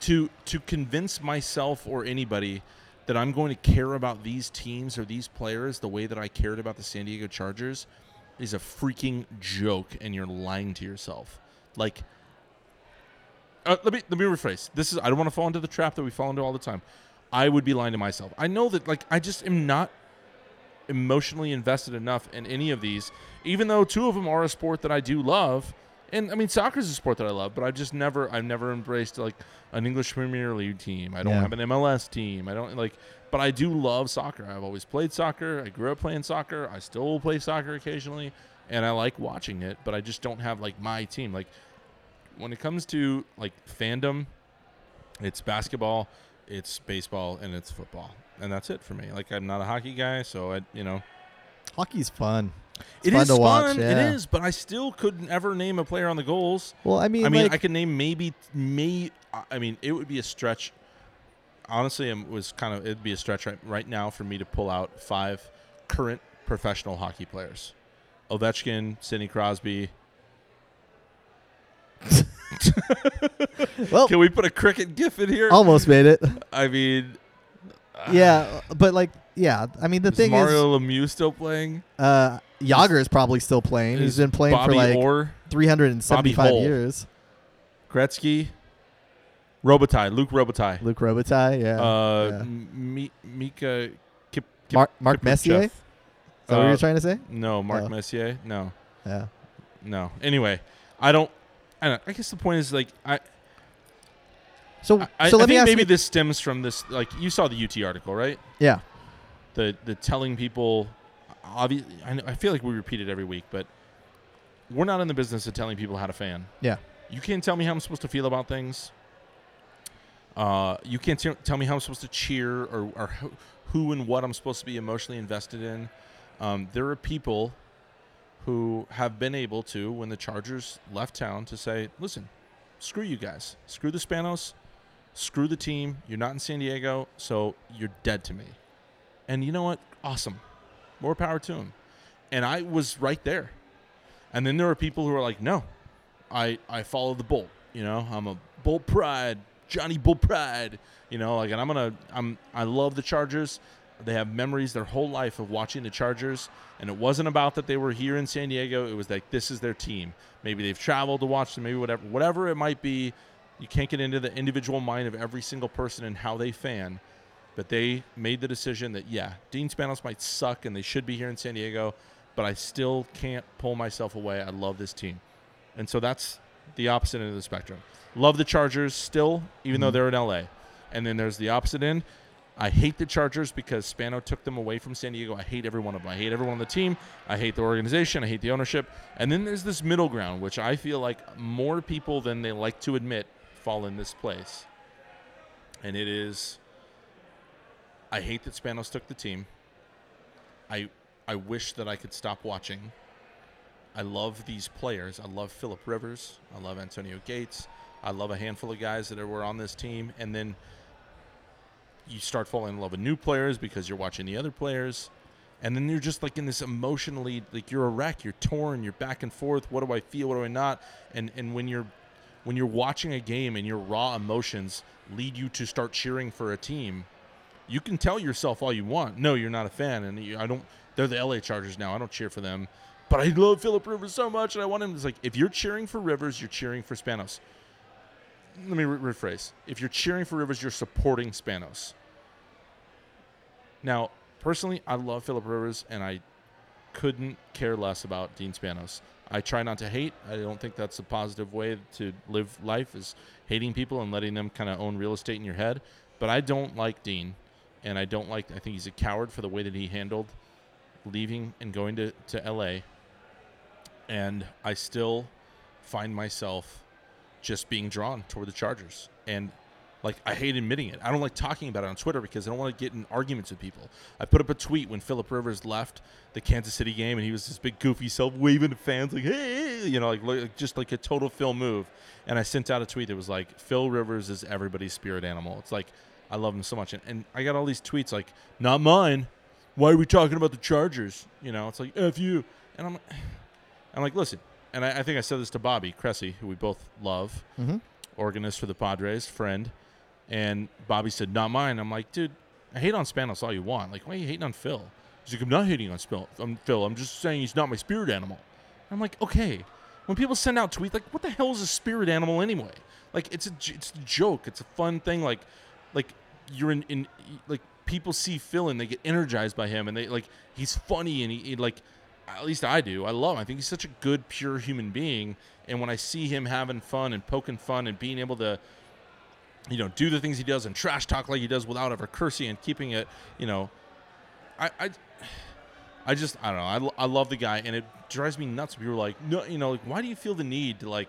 to to convince myself or anybody that I'm going to care about these teams or these players the way that I cared about the San Diego Chargers is a freaking joke, and you're lying to yourself. Like, uh, let me let me rephrase. This is I don't want to fall into the trap that we fall into all the time. I would be lying to myself. I know that like I just am not emotionally invested enough in any of these, even though two of them are a sport that I do love. And I mean, soccer is a sport that I love, but I've just never, I've never embraced like an English Premier League team. I don't Yeah. have an MLS team. I don't like, but I do love soccer. I've always played soccer. I grew up playing soccer. I still play soccer occasionally, and I like watching it. But I just don't have like my team. Like when it comes to like fandom, it's basketball, it's baseball, and it's football, and that's it for me. Like I'm not a hockey guy, so I, you know, Hockey's fun. It's it fun is to watch, yeah. It is, but I still couldn't ever name a player on the goals. Well, I mean, I mean, like, I could name maybe may. I- I mean, it would be a stretch. Honestly, it was kind of it'd be a stretch right, right now for me to pull out five current professional hockey players: Ovechkin, Sidney Crosby. <laughs> well, Can we put a cricket gif in here? almost made it. <laughs> I mean, uh, <laughs> yeah, but like, yeah. I mean, the is thing Mario Lemieux still playing? is, uh, Yager is probably still playing. Is He's been playing Bobby for like Orr, 375 Bobby Hull. years. Gretzky, Robitaille, Luke Robitaille, Luke Robitaille, yeah. uh, yeah. M- Mi- Mika Kip, Kip, Mark, Mark Kipruchev. Messier. Is that what Uh, you're trying to say? No, Mark Oh. Messier. No, Yeah. no. Anyway, I don't. I don't. I guess the point is like I. So, I, so I let me think ask maybe you. this stems from this. Like you saw the UT article, right? yeah. the the telling people obviously I, know, I feel like we repeat it every week but we're not in the business of telling people how to fan Yeah. you can't tell me how i'm supposed to feel about things uh, you can't t- tell me how i'm supposed to cheer or, or who- who and what i'm supposed to be emotionally invested in um, there are people who have been able to when the chargers left town to say listen screw you guys screw the spanos screw the team you're not in san diego so you're dead to me and you know what? Awesome. More power to him. And I was right there. And then there were people who were like, no, I, I follow the bull. You know, I'm a bull pride, Johnny Bull Pride. You know, like, and I'm gonna, I'm, I love the Chargers. They have memories their whole life of watching the Chargers, and it wasn't about that they were here in San Diego. It was like this is their team. Maybe they've traveled to watch them. Maybe whatever, whatever it might be. You can't get into the individual mind of every single person and how they fan, but they made the decision that yeah, Dean Spanos might suck and they should be here in San Diego, but I still can't pull myself away. I love this team, and so that's the opposite end of the spectrum. Love the Chargers still, even though Mhm. they're in LA, and then there's the opposite end. I hate the Chargers because Spano took them away from San Diego. I hate every one of them. I hate everyone on the team. I hate the organization. I hate the ownership. And then there's this middle ground, which I feel like more people than they like to admit fall in this place. And it is I hate that Spanos took the team. I I wish that I could stop watching. I love these players. I love Philip Rivers. I love Antonio Gates. I love a handful of guys that were on this team. And then you start falling in love with new players because you're watching the other players. And then you're just like in this emotionally, like you're a wreck. You're torn. You're back and forth. What do I feel? What do I not? And and when you're when you're watching a game and your raw emotions lead you to start cheering for a team, you can tell yourself all you want. No, you're not a fan, and you, I don't. They're the LA Chargers now. I don't cheer for them, but I love Philip Rivers so much, and I want him. It's like if you're cheering for Rivers, you're cheering for Spanos. Let me re- rephrase: If you're cheering for Rivers, you're supporting Spanos. Now, personally, I love Philip Rivers, and I couldn't care less about Dean Spanos. I try not to hate. I don't think that's a positive way to live life is hating people and letting them kind of own real estate in your head. But I don't like Dean, and I don't like. I think he's a coward for the way that he handled leaving and going to to L.A. And I still find myself just being drawn toward the Chargers, and Like I hate admitting it. I don't like talking about it on Twitter because I don't want to get in arguments with people. I put up a tweet when Philip Rivers left the Kansas City game, and he was this big goofy self waving to fans like, "Hey," you know, like, like just like a total Phil move. And I sent out a tweet that was like, "Phil Rivers is everybody's spirit animal." It's like I love him so much, and, and I got all these tweets like, "Not mine." Why are we talking about the Chargers? You know, it's like f you. And I'm, I'm like, listen. And I, I think I said this to Bobby Cressy, who we both love hmm organist for the Padres, friend. And Bobby said, not mine. I'm like, dude, I hate on Spanos all you want. Like, why are you hating on Phil? He's like, I'm not hating on Spil- I'm Phil. I'm just saying he's not my spirit animal. I'm like, okay. When people send out tweets, like, what the hell is a spirit animal anyway? Like, it's a, j- it's a joke. It's a fun thing. Like, like you're in, in like people see Phil and they get energized by him and they like he's funny and he, he, like at least I do. I love him. I think he's such a good pure human being and when I see him having fun and poking fun and being able to you know do the things he does and trash talk like he does without ever cursing and keeping it, you know, I I I just I don't know. I, lo- I love the guy and it drives me nuts when people are like, "No, you know, like why do you feel the need to like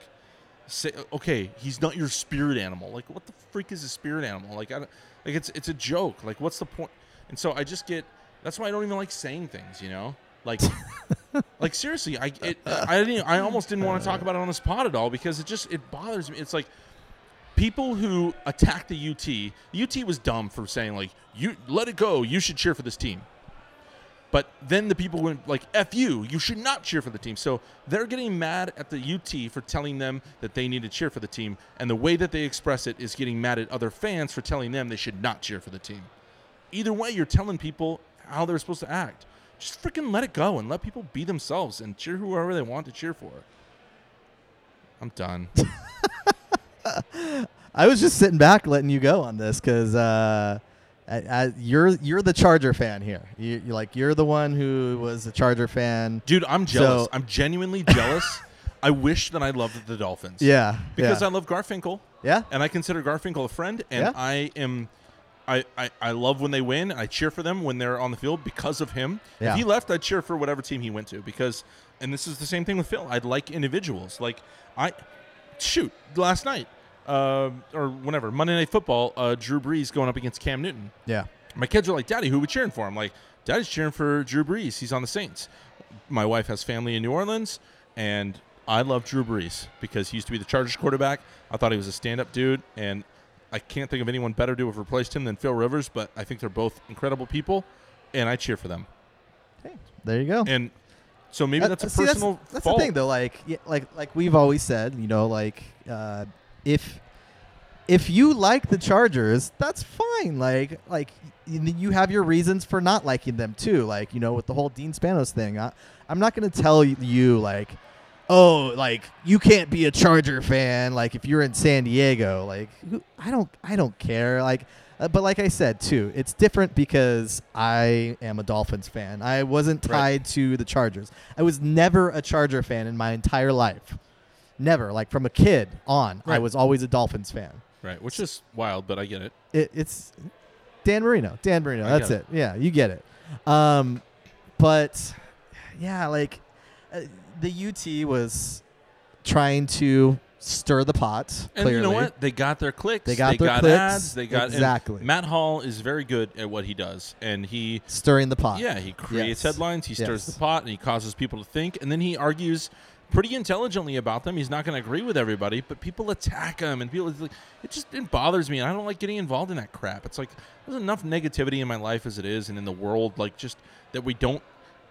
say okay he's not your spirit animal like what the freak is a spirit animal like i don't like it's it's a joke like what's the point and so i just get that's why i don't even like saying things you know like like seriously i it, i didn't i almost didn't want to talk about it on the spot at all because it just it bothers me it's like people who attack the ut the ut was dumb for saying like you let it go you should cheer for this team but then the people went like, "F you! You should not cheer for the team." So they're getting mad at the UT for telling them that they need to cheer for the team, and the way that they express it is getting mad at other fans for telling them they should not cheer for the team. Either way, you're telling people how they're supposed to act. Just freaking let it go and let people be themselves and cheer whoever they want to cheer for. I'm done. I was just sitting back, letting you go on this because uh, I, I, you're you're the Charger fan here. You, you're like you're the one who was a Charger fan. Dude, I'm jealous. So- I'm <laughs> genuinely jealous. I wish that I loved the Dolphins. Yeah, Because yeah. I love Garfinkel. yeah. and I consider Garfinkel a friend, and Yeah. I am. I, I, I love when they win. I cheer for them when they're on the field because of him. Yeah. If he left, I'd cheer for whatever team he went to because, and this is the same thing with Phil. I'd like individuals. Like I, shoot, last night um or whenever Monday Night Football, uh, Drew Brees going up against Cam Newton. yeah. My kids are like, Daddy, who we cheering for? I'm like, Daddy's cheering for Drew Brees. He's on the Saints. My wife has family in New Orleans, and I love Drew Brees because he used to be the Chargers quarterback. I thought he was a stand up dude, and I can't think of anyone better to have replaced him than Phil Rivers, but I think they're both incredible people, and I cheer for them. There you go. And so maybe Uh, that's a see, personal That's, that's fault. the thing, though. Like, yeah, like, like we've always said, you know, like uh, if if you like the Chargers, that's fine. Like, like y- you have your reasons for not liking them too. Like, you know, with the whole Dean Spanos thing, I, I'm not going to tell you like, oh, like you can't be a Charger fan. Like, if you're in San Diego, like who- I don't, I don't care. Like. uh, But like I said too, it's different because I am a Dolphins fan. I wasn't Right. tied to the Chargers. I was never a Charger fan in my entire life. Never, like from a kid on, I Right. was always a Dolphins fan. Right, which is wild, but I get it. It, it's Dan Marino. Dan Marino. I that's get it. Yeah, you get it. Um, but yeah, like uh, the UT was trying to stir the pot. And clearly, you know what? They got their clicks. They got they their got clicks. ads. They got and Exactly. Matt Hall is very good at what he does, and he stirring the pot. Yeah, he creates Yes. headlines, he stirs Yes. the pot, and he causes people to think, and then he argues pretty intelligently about them. He's not going to agree with everybody, but people attack him, and people it's like it just it bothers me, and I don't like getting involved in that crap. It's like there's enough negativity in my life as it is, and in the world, like just that we don't.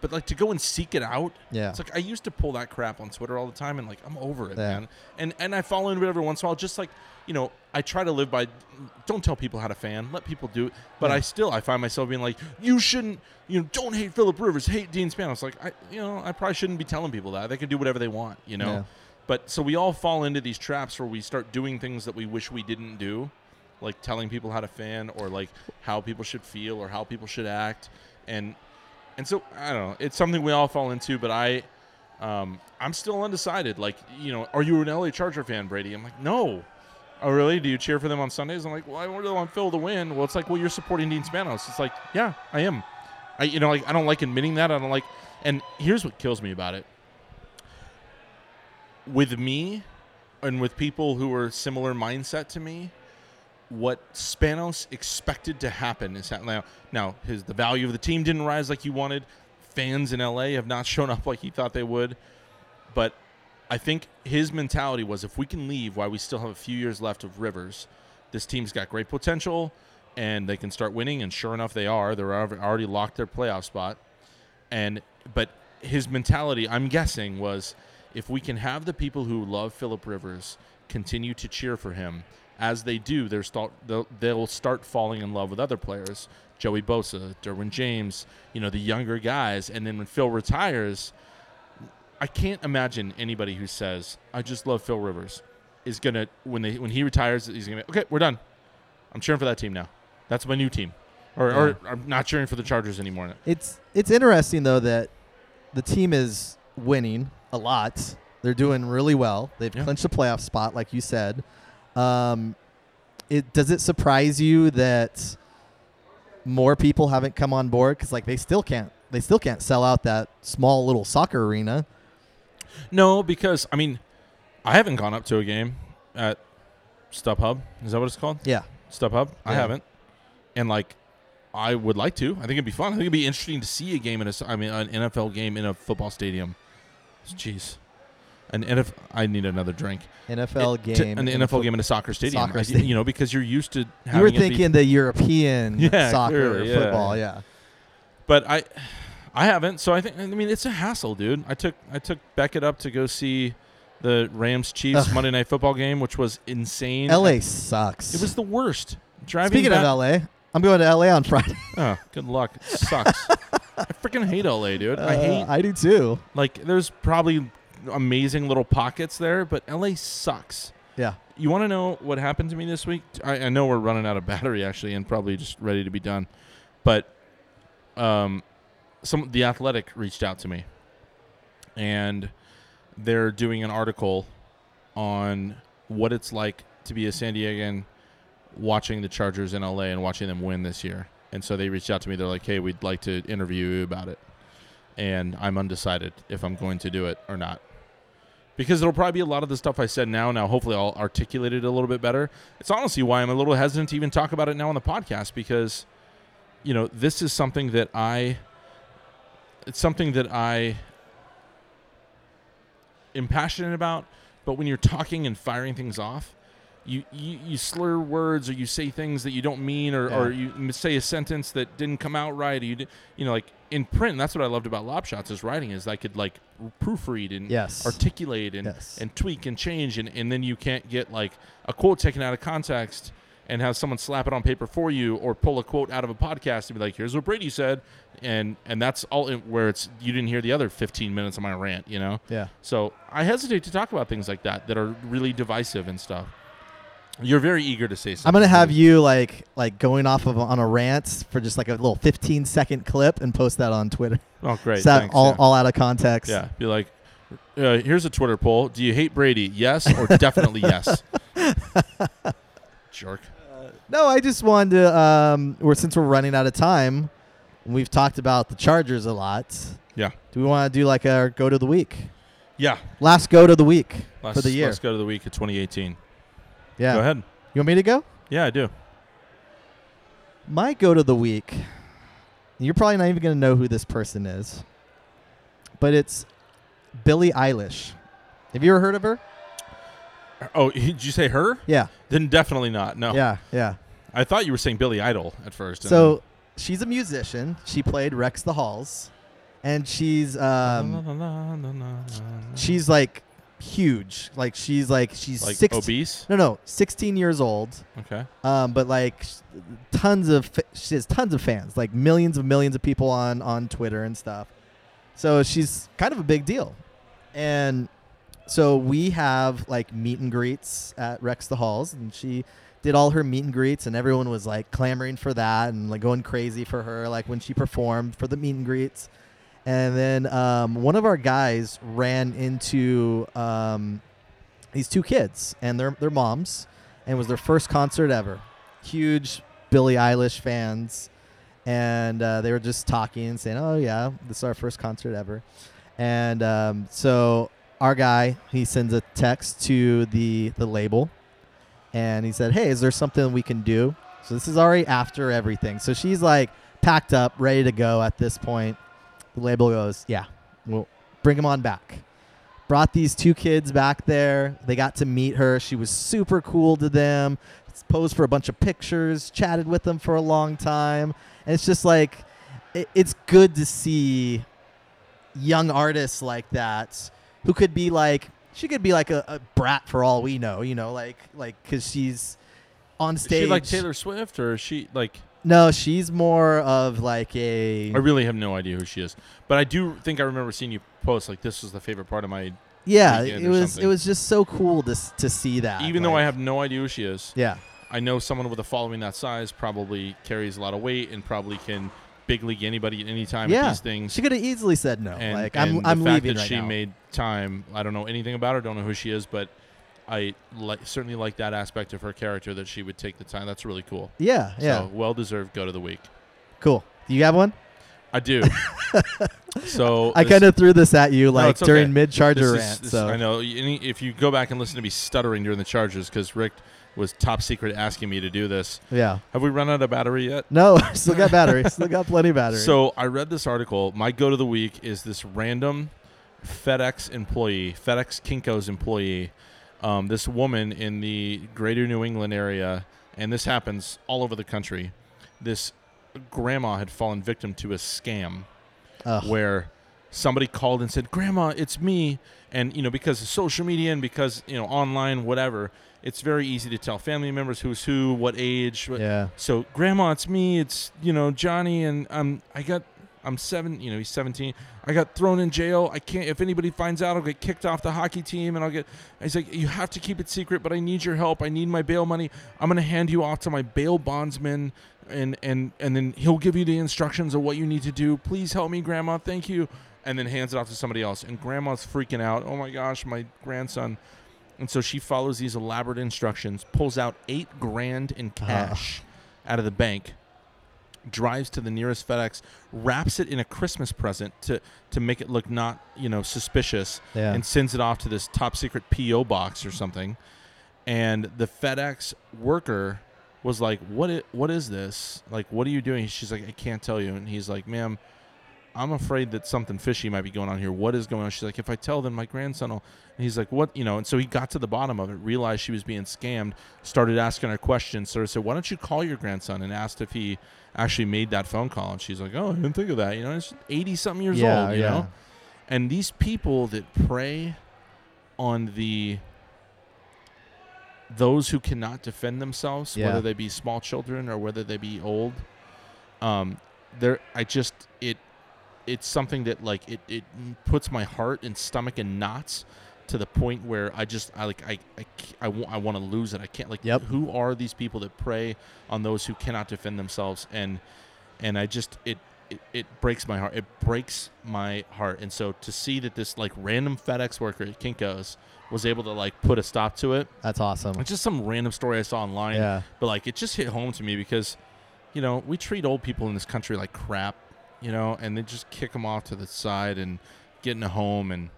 But like to go and seek it out, Yeah. It's like I used to pull that crap on Twitter all the time, and like I'm over it, Yeah. man. And and I fall into it every once in a while, just like you know I try to live by. Don't tell people how to fan. Let people do it. But Yeah. I still I find myself being like, you shouldn't, you know, don't hate Philip Rivers, hate Dean Spanos. Like I, you know, I probably shouldn't be telling people that. They can do whatever they want, you know. Yeah. But so we all fall into these traps where we start doing things that we wish we didn't do, like telling people how to fan or like how people should feel or how people should act, and and so I don't know. It's something we all fall into, but I, um, I'm still undecided. Like, you know, are you an LA Charger fan, Brady? I'm like, no. Oh, really? Do you cheer for them on Sundays? I'm like, well, I really want Phil to win. Well, it's like, well, you're supporting Dean Spanos. It's like, yeah, I am. I, you know, like I don't like admitting that. I don't like. And here's what kills me about it. With me, and with people who are similar mindset to me, what Spanos expected to happen is happening now. Now, his the value of the team didn't rise like he wanted. Fans in LA have not shown up like he thought they would. But I think his mentality was if we can leave while we still have a few years left of Rivers, this team's got great potential and they can start winning. And sure enough, they are. They're alre- already locked their playoff spot. And but his mentality, I'm guessing, was if we can have the people who love Philip Rivers continue to cheer for him, as they do, they're start, they'll, they'll start falling in love with other players, Joey Bosa, Derwin James, you know, the younger guys. And then when Phil retires, I can't imagine anybody who says, "I just love Phil Rivers," is gonna when they when he retires, he's gonna be okay. We're done. I'm cheering for that team now. That's my new team, or, or I'm not cheering for the Chargers anymore. It's it's interesting though that the team is winning a lot. They're doing really well. They've Yeah. clinched a playoff spot, like you said. Um, it does it surprise you that more people haven't come on board because like they still can't they still can't sell out that small little soccer arena. No, because I mean, I haven't gone up to a game at StubHub. Is that what it's called? Yeah, StubHub. I Yeah. haven't, and like, I would like to. I think it'd be fun. I think it'd be interesting to see a game in a. s- I mean, an NFL game in a football stadium. Jeez, an NFL. I need another drink. NFL It- game, to- an in NFL fo- game in a soccer stadium. Soccer I- stadium. You know, because you're used to. Having You were it be- thinking the <laughs> European Yeah, soccer clearly, or yeah. football, yeah. but I, I haven't. So I think. I mean, it's a hassle, dude. I took I took Beckett up to go see the Rams Chiefs Ugh. Monday Night Football game, which was insane. LA sucks. It was the worst. Driving Speaking back- of LA, I'm going to LA on Friday. Oh, good luck. It sucks. <laughs> I freaking hate LA, dude. I Uh, hate I do too. like there's probably amazing little pockets there, but LA sucks. Yeah. You want to know what happened to me this week? I, I know we're running out of battery actually, and probably just ready to be done. But um, some the Athletic reached out to me, and they're doing an article on what it's like to be a San Diegan watching the Chargers in LA and watching them win this year. And so they reached out to me. They're like, "Hey, we'd like to interview you about it." And I'm undecided if I'm going to do it or not. Because it'll probably be a lot of the stuff I said now. Now, hopefully, I'll articulate it a little bit better. It's honestly why I'm a little hesitant to even talk about it now on the podcast because, you know, this is something that I. It's something that I am passionate about, but when you're talking and firing things off, you, you, you slur words or you say things that you don't mean or, or you m- say a sentence that didn't come out right. Or you, di- you know, like in print, that's what I loved about Lop Shots is writing is I could like proofread and Yes. articulate and, Yes. and tweak and change and, and then you can't get like a quote taken out of context and have someone slap it on paper for you or pull a quote out of a podcast and be like here's what brady said and and that's all in, where it's you didn't hear the other 15 minutes of my rant you know Yeah. so i hesitate to talk about things like that that are really divisive and stuff you're very eager to say something I'm gonna have you like like going off of on a rant for just like a little 15 second clip and post that on Twitter. oh great Is that thanks, all, yeah. all out of context? Yeah, be like, uh, here's a Twitter poll. Do you hate Brady? Yes or <laughs> definitely yes? Jerk. No, I just wanted to. Um, we're since we're running out of time, and we've talked about the Chargers a lot. Yeah. Do we want to do like our go to the week? Yeah. Last go to the week Let's, for the year. Let's go to the week of 2018. Yeah. Go ahead. You want me to go? Yeah, I do. My go to the week. You're probably not even going to know who this person is, but it's Billie Eilish. Have you ever heard of her? Oh, <laughs> did you say her? Yeah. Then definitely not. No. Yeah. Yeah. I thought you were saying Billy Idol at first. and So she's a musician. She played Rex the Halls, and she's then- um she's like huge. Like she's like she's like 16, obese. No, no, sixteen years old. Okay. Um, but like sh- tons of fa- she has tons of fans, like millions of millions of people on on Twitter and stuff. So she's kind of a big deal, and so we have like meet and greets at Rex the Halls, and she did all her meet and greets, and everyone was like clamoring for that and like going crazy for her, like when she performed for the meet and greets. And then um, one of our guys ran into um, these two kids and their their moms, and it was their first concert ever. Huge Billie Eilish fans, and uh, they were just talking and saying, "Oh yeah, this is our first concert ever." And um, so our guy he sends a text to the the label, and he said, "Hey, is there something we can do?" So this is already after everything. So she's like packed up, ready to go at this point. The label goes, "Yeah, we'll bring him on back." Brought these two kids back there. They got to meet her. She was super cool to them. Posed for a bunch of pictures. Chatted with them for a long time. And it's just like, it, it's good to see young artists like that who could be like she could be like a, a brat for all we know you know like like because she's on Is stage she like Taylor Swift or is she like no she's more of like a I really have no idea who she is. But I do think I remember seeing you post like this was the favorite part of my yeah weekend it or was something. it was just so cool to s- to see that even though I like- have no idea who she is. yeah I know someone with a following that size probably carries a lot of weight and probably can big league anybody at any time at yeah these things. she could have easily said no and, like and I'm I'm the fact leaving that right she now made time. I don't know anything about her. Don't know who she is, but I li- certainly like that aspect of her character that she would take the time. That's really cool. yeah yeah So well deserved go to the week. cool do you have one I <laughs> do. so I this- kind of threw this at you like it's okay. during mid this charger is- rant this- so I know. Any, if you go back and listen to me stuttering during the Chargers, because Rick was top secret asking me to do this. yeah Have we run out of battery yet? no <laughs> still <laughs> got battery still got plenty of battery So I read this article. My go to the week is this random FedEx employee, FedEx Kinko's employee, um, this woman in the greater New England area, and this happens all over the country. This grandma had fallen victim to a scam Ugh. where somebody called and said, "Grandma, it's me," and you know because of social media and because you know online, whatever, it's very easy to tell family members who's who, what age. What, yeah So, Grandma, it's me. It's you know Johnny, and I'm I got I'm seven. You know he's seventeen. I got thrown in jail. I can't. If anybody finds out, I'll get kicked off the hockey team, and I'll get. He's like, you have to keep it secret, but I need your help. I need my bail money. I'm gonna hand you off to my bail bondsman, and and and then he'll give you the instructions of what you need to do. Please help me, Grandma. Thank you. And then hands it off to somebody else, and Grandma's freaking out. Oh my gosh, my grandson. And so she follows these elaborate instructions, pulls out eight grand in cash out of the bank, drives to the nearest FedEx, wraps it in a Christmas present to to make it look not you know suspicious, Yeah. and sends it off to this top secret PO box or something. And the FedEx worker was like, "What? i- what is this? Like, what are you doing?" She's like, "I can't tell you." And he's like, "Ma'am." I'm afraid that something fishy might be going on here. What is going on? She's like, if I tell them, my grandson will. And he's like, what? You know, and so he got to the bottom of it, realized she was being scammed, started asking her questions. So I said, why don't you call your grandson and asked if he actually made that phone call? And she's like, oh, I didn't think of that. You know, it's 80 something years Yeah, old, you yeah. know? And these people that prey on the those who cannot defend themselves, Yeah. whether they be small children or whether they be old, um, there I just it it's something that like it, it puts my heart and stomach in knots to the point where I just I like I I, c- I, wa- I want to lose it. I can't like Yep. who are these people that prey on those who cannot defend themselves and and I just it, it it breaks my heart. It breaks my heart. And so to see that this like random FedEx worker at Kinko's was able to like put a stop to it. That's awesome. It's just some random story I saw online, Yeah. but like it just hit home to me because you know, we treat old people in this country like crap, you know, and they just kick them off to the side and get in a home and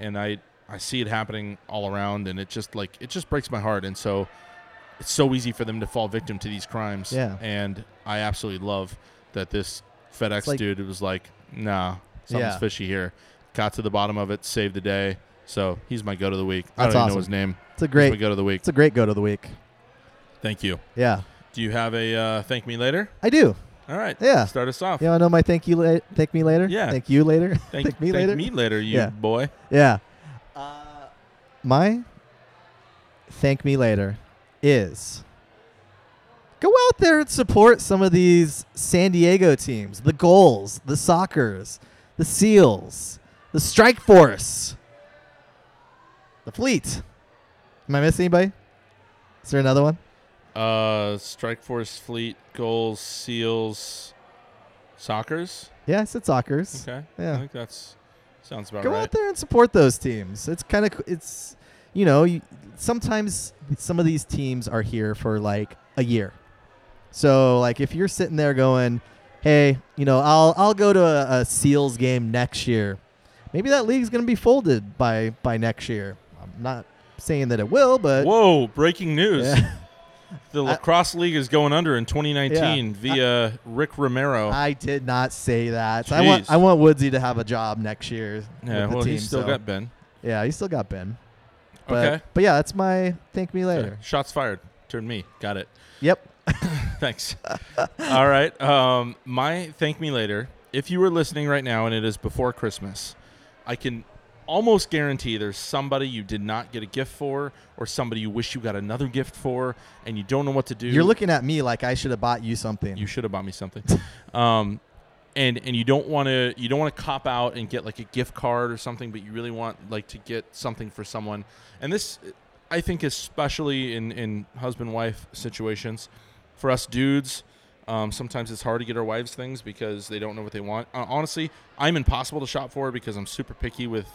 and I I see it happening all around and it just like it just breaks my heart and so it's so easy for them to fall victim to these crimes. Yeah. And I absolutely love that this FedEx It's like- dude was like, "Nah, something's Yeah. fishy here." Got to the bottom of it, saved the day. So, he's my go to the week. I That's don't even know awesome. his name. It's a He's my great. go to the week. It's a great go to the week. Thank you. Yeah, Do you have a uh, thank me later? I do. All right. Yeah. Start us off. You want to know my thank you? La- thank me later. Yeah. Thank you later. Thank, thank me later. me later, you Yeah. boy. Yeah. Uh, my thank me later is go out there and support some of these San Diego teams, the goals, the soccers, the seals, the strike force, the fleet. Am I missing anybody? Is there another one? Uh, Strike Force Fleet goals seals, soccers. Yeah, I said soccers. Okay. I Yeah. think that's sounds about Go right. out there and support those teams. It's kind of it's you know, you, sometimes some of these teams are here for like a year. So like if you're sitting there going, "Hey, you know, I'll I'll go to a, a Seals game next year." Maybe that league's going to be folded by by next year. I'm not saying that it will, but <laughs> Whoa! Breaking news: Yeah. the I- lacrosse league is going under in 2019 Yeah. via Rick Romero. I did not say that. So I want Jeez. I want Woodsy to have a job next year yeah, with the well, team. he's still so- got Ben. yeah, he's still got Ben. But, Okay. but yeah, that's my thank me later. Shots fired. Turn me. Got it. Yep. <laughs> Thanks. <laughs> All right. Um, my thank me later. If you were listening right now and it is before Christmas, I can almost guarantee there's somebody you did not get a gift for, or somebody you wish you got another gift for, and you don't know what to do. You're looking at me like I should have bought you something. You should have bought me something. <laughs> Um, and and you don't want to you don't want to cop out and get like a gift card or something, but you really want like to get something for someone. And this, I think, especially in in husband wife situations, for us dudes. Um, sometimes it's hard to get our wives things because they don't know what they want. Uh, honestly, I'm impossible to shop for because I'm super picky with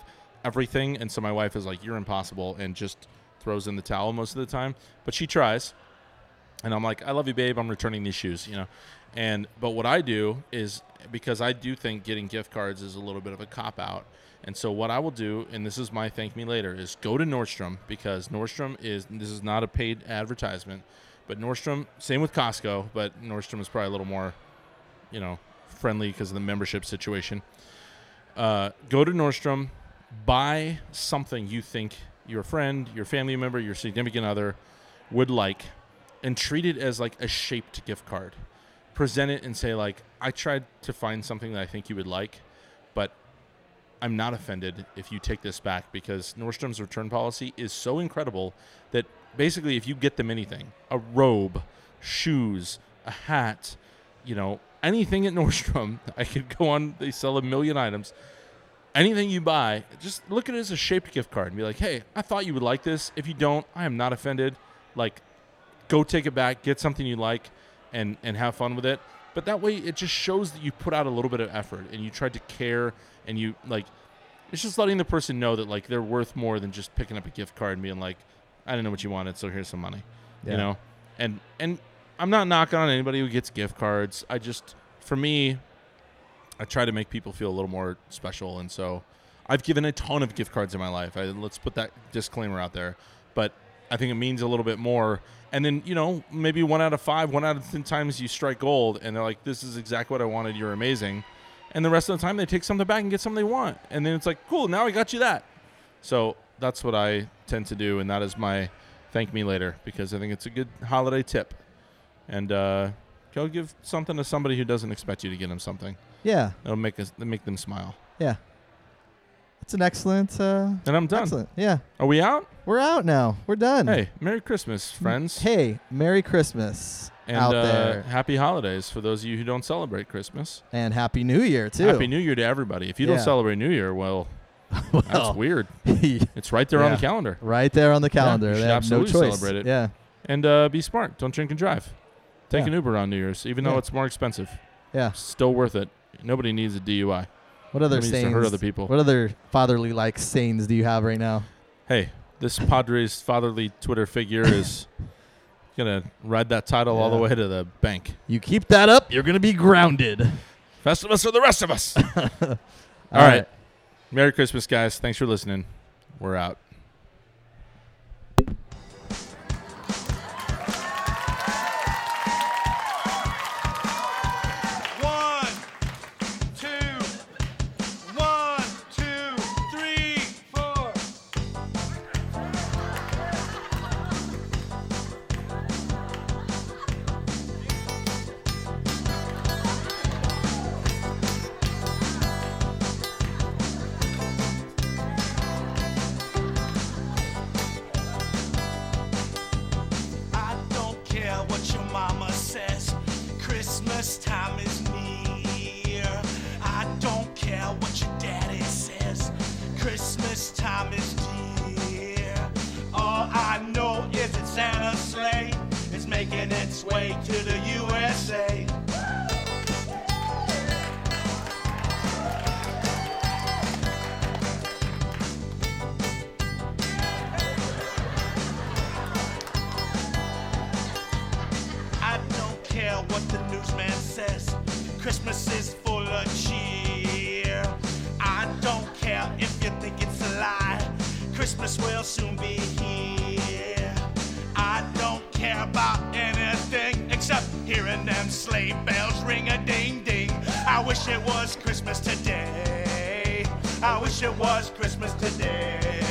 everything, and so my wife is like, "You're impossible," and just throws in the towel most of the time. But she tries, and I'm like, I love you, babe. I'm returning these shoes, you know. And but what I do is because I do think getting gift cards is a little bit of a cop out. And so what I will do, and this is my thank me later, is go to Nordstrom because Nordstrom is this is not a paid advertisement, but Nordstrom, same with Costco, but Nordstrom is probably a little more, you know, friendly because of the membership situation. Uh, go to Nordstrom, buy something you think your friend, your family member, your significant other would like and treat it as like a shaped gift card. Present it and say like, I tried to find something that I think you would like, but I'm not offended if you take this back because Nordstrom's return policy is so incredible that basically if you get them anything, a robe, shoes, a hat, you know, anything at <laughs> Nordstrom, I could go on, they sell a million items. Anything you buy, just look at it as a shaped gift card and be like, hey, I thought you would like this. If you don't, I am not offended. Like, go take it back, get something you like, and and have fun with it. But that way, it just shows that you put out a little bit of effort and you tried to care and you like. It's just letting the person know that like they're worth more than just picking up a gift card and being like, "I didn't know what you wanted, so here's some money," Yeah. you know. And and I'm not knocking on anybody who gets gift cards. I just for me, I try to make people feel a little more special, and so I've given a ton of gift cards in my life. I, let's put that disclaimer out there, but I think it means a little bit more. And then you know maybe one out of five, one out of ten times you strike gold, and they're like, "This is exactly what I wanted. You're amazing." And the rest of the time they take something back and get something they want, and then it's like, "Cool, now I got you that." So that's what I tend to do, and that is my thank me later because I think it's a good holiday tip. And uh, go give something to somebody who doesn't expect you to get them something. Yeah. It'll make us make them smile. Yeah. It's an excellent uh And I'm done. excellent. Yeah. Are we out? We're out now. We're done. Mm, Hey, Merry Christmas, friends. Hey, Merry Christmas and out uh, there. happy holidays for those of you who don't celebrate Christmas. And Happy New Year too. <laughs> Happy New Year to everybody. If you Yeah. don't celebrate New Year, well, that's weird. weird. It's right there on the <laughs> Yeah. calendar. right there on the calendar. you they should have no absolutely choice. celebrate it. Yeah. And uh, be smart. Don't drink and drive. Take Yeah. an Uber on New Year's, even Yeah. though it's more expensive. Yeah. Still worth it. Nobody needs a DUI. What other Nobody needs to sayings? hurt other people. What other fatherly like sayings do you have right now? Hey, this Padres fatherly Twitter figure is gonna ride that title all the Yeah. way to the bank. You keep that up, you're gonna be grounded. Festivus for the rest of us. All All right. Merry Christmas, guys. Thanks for listening. We're out. One, two, one, two, three, four. I don't care what your mama says. Christmas time is near. I don't care what your daddy says. Christmas time is dear. All I know is that Santa's sleigh is making its way to the USA. I don't care what the newsman says. Christmas is full of cheer. I don't care if you think it's a lie. Christmas will soon be here. I wish it was Christmas today.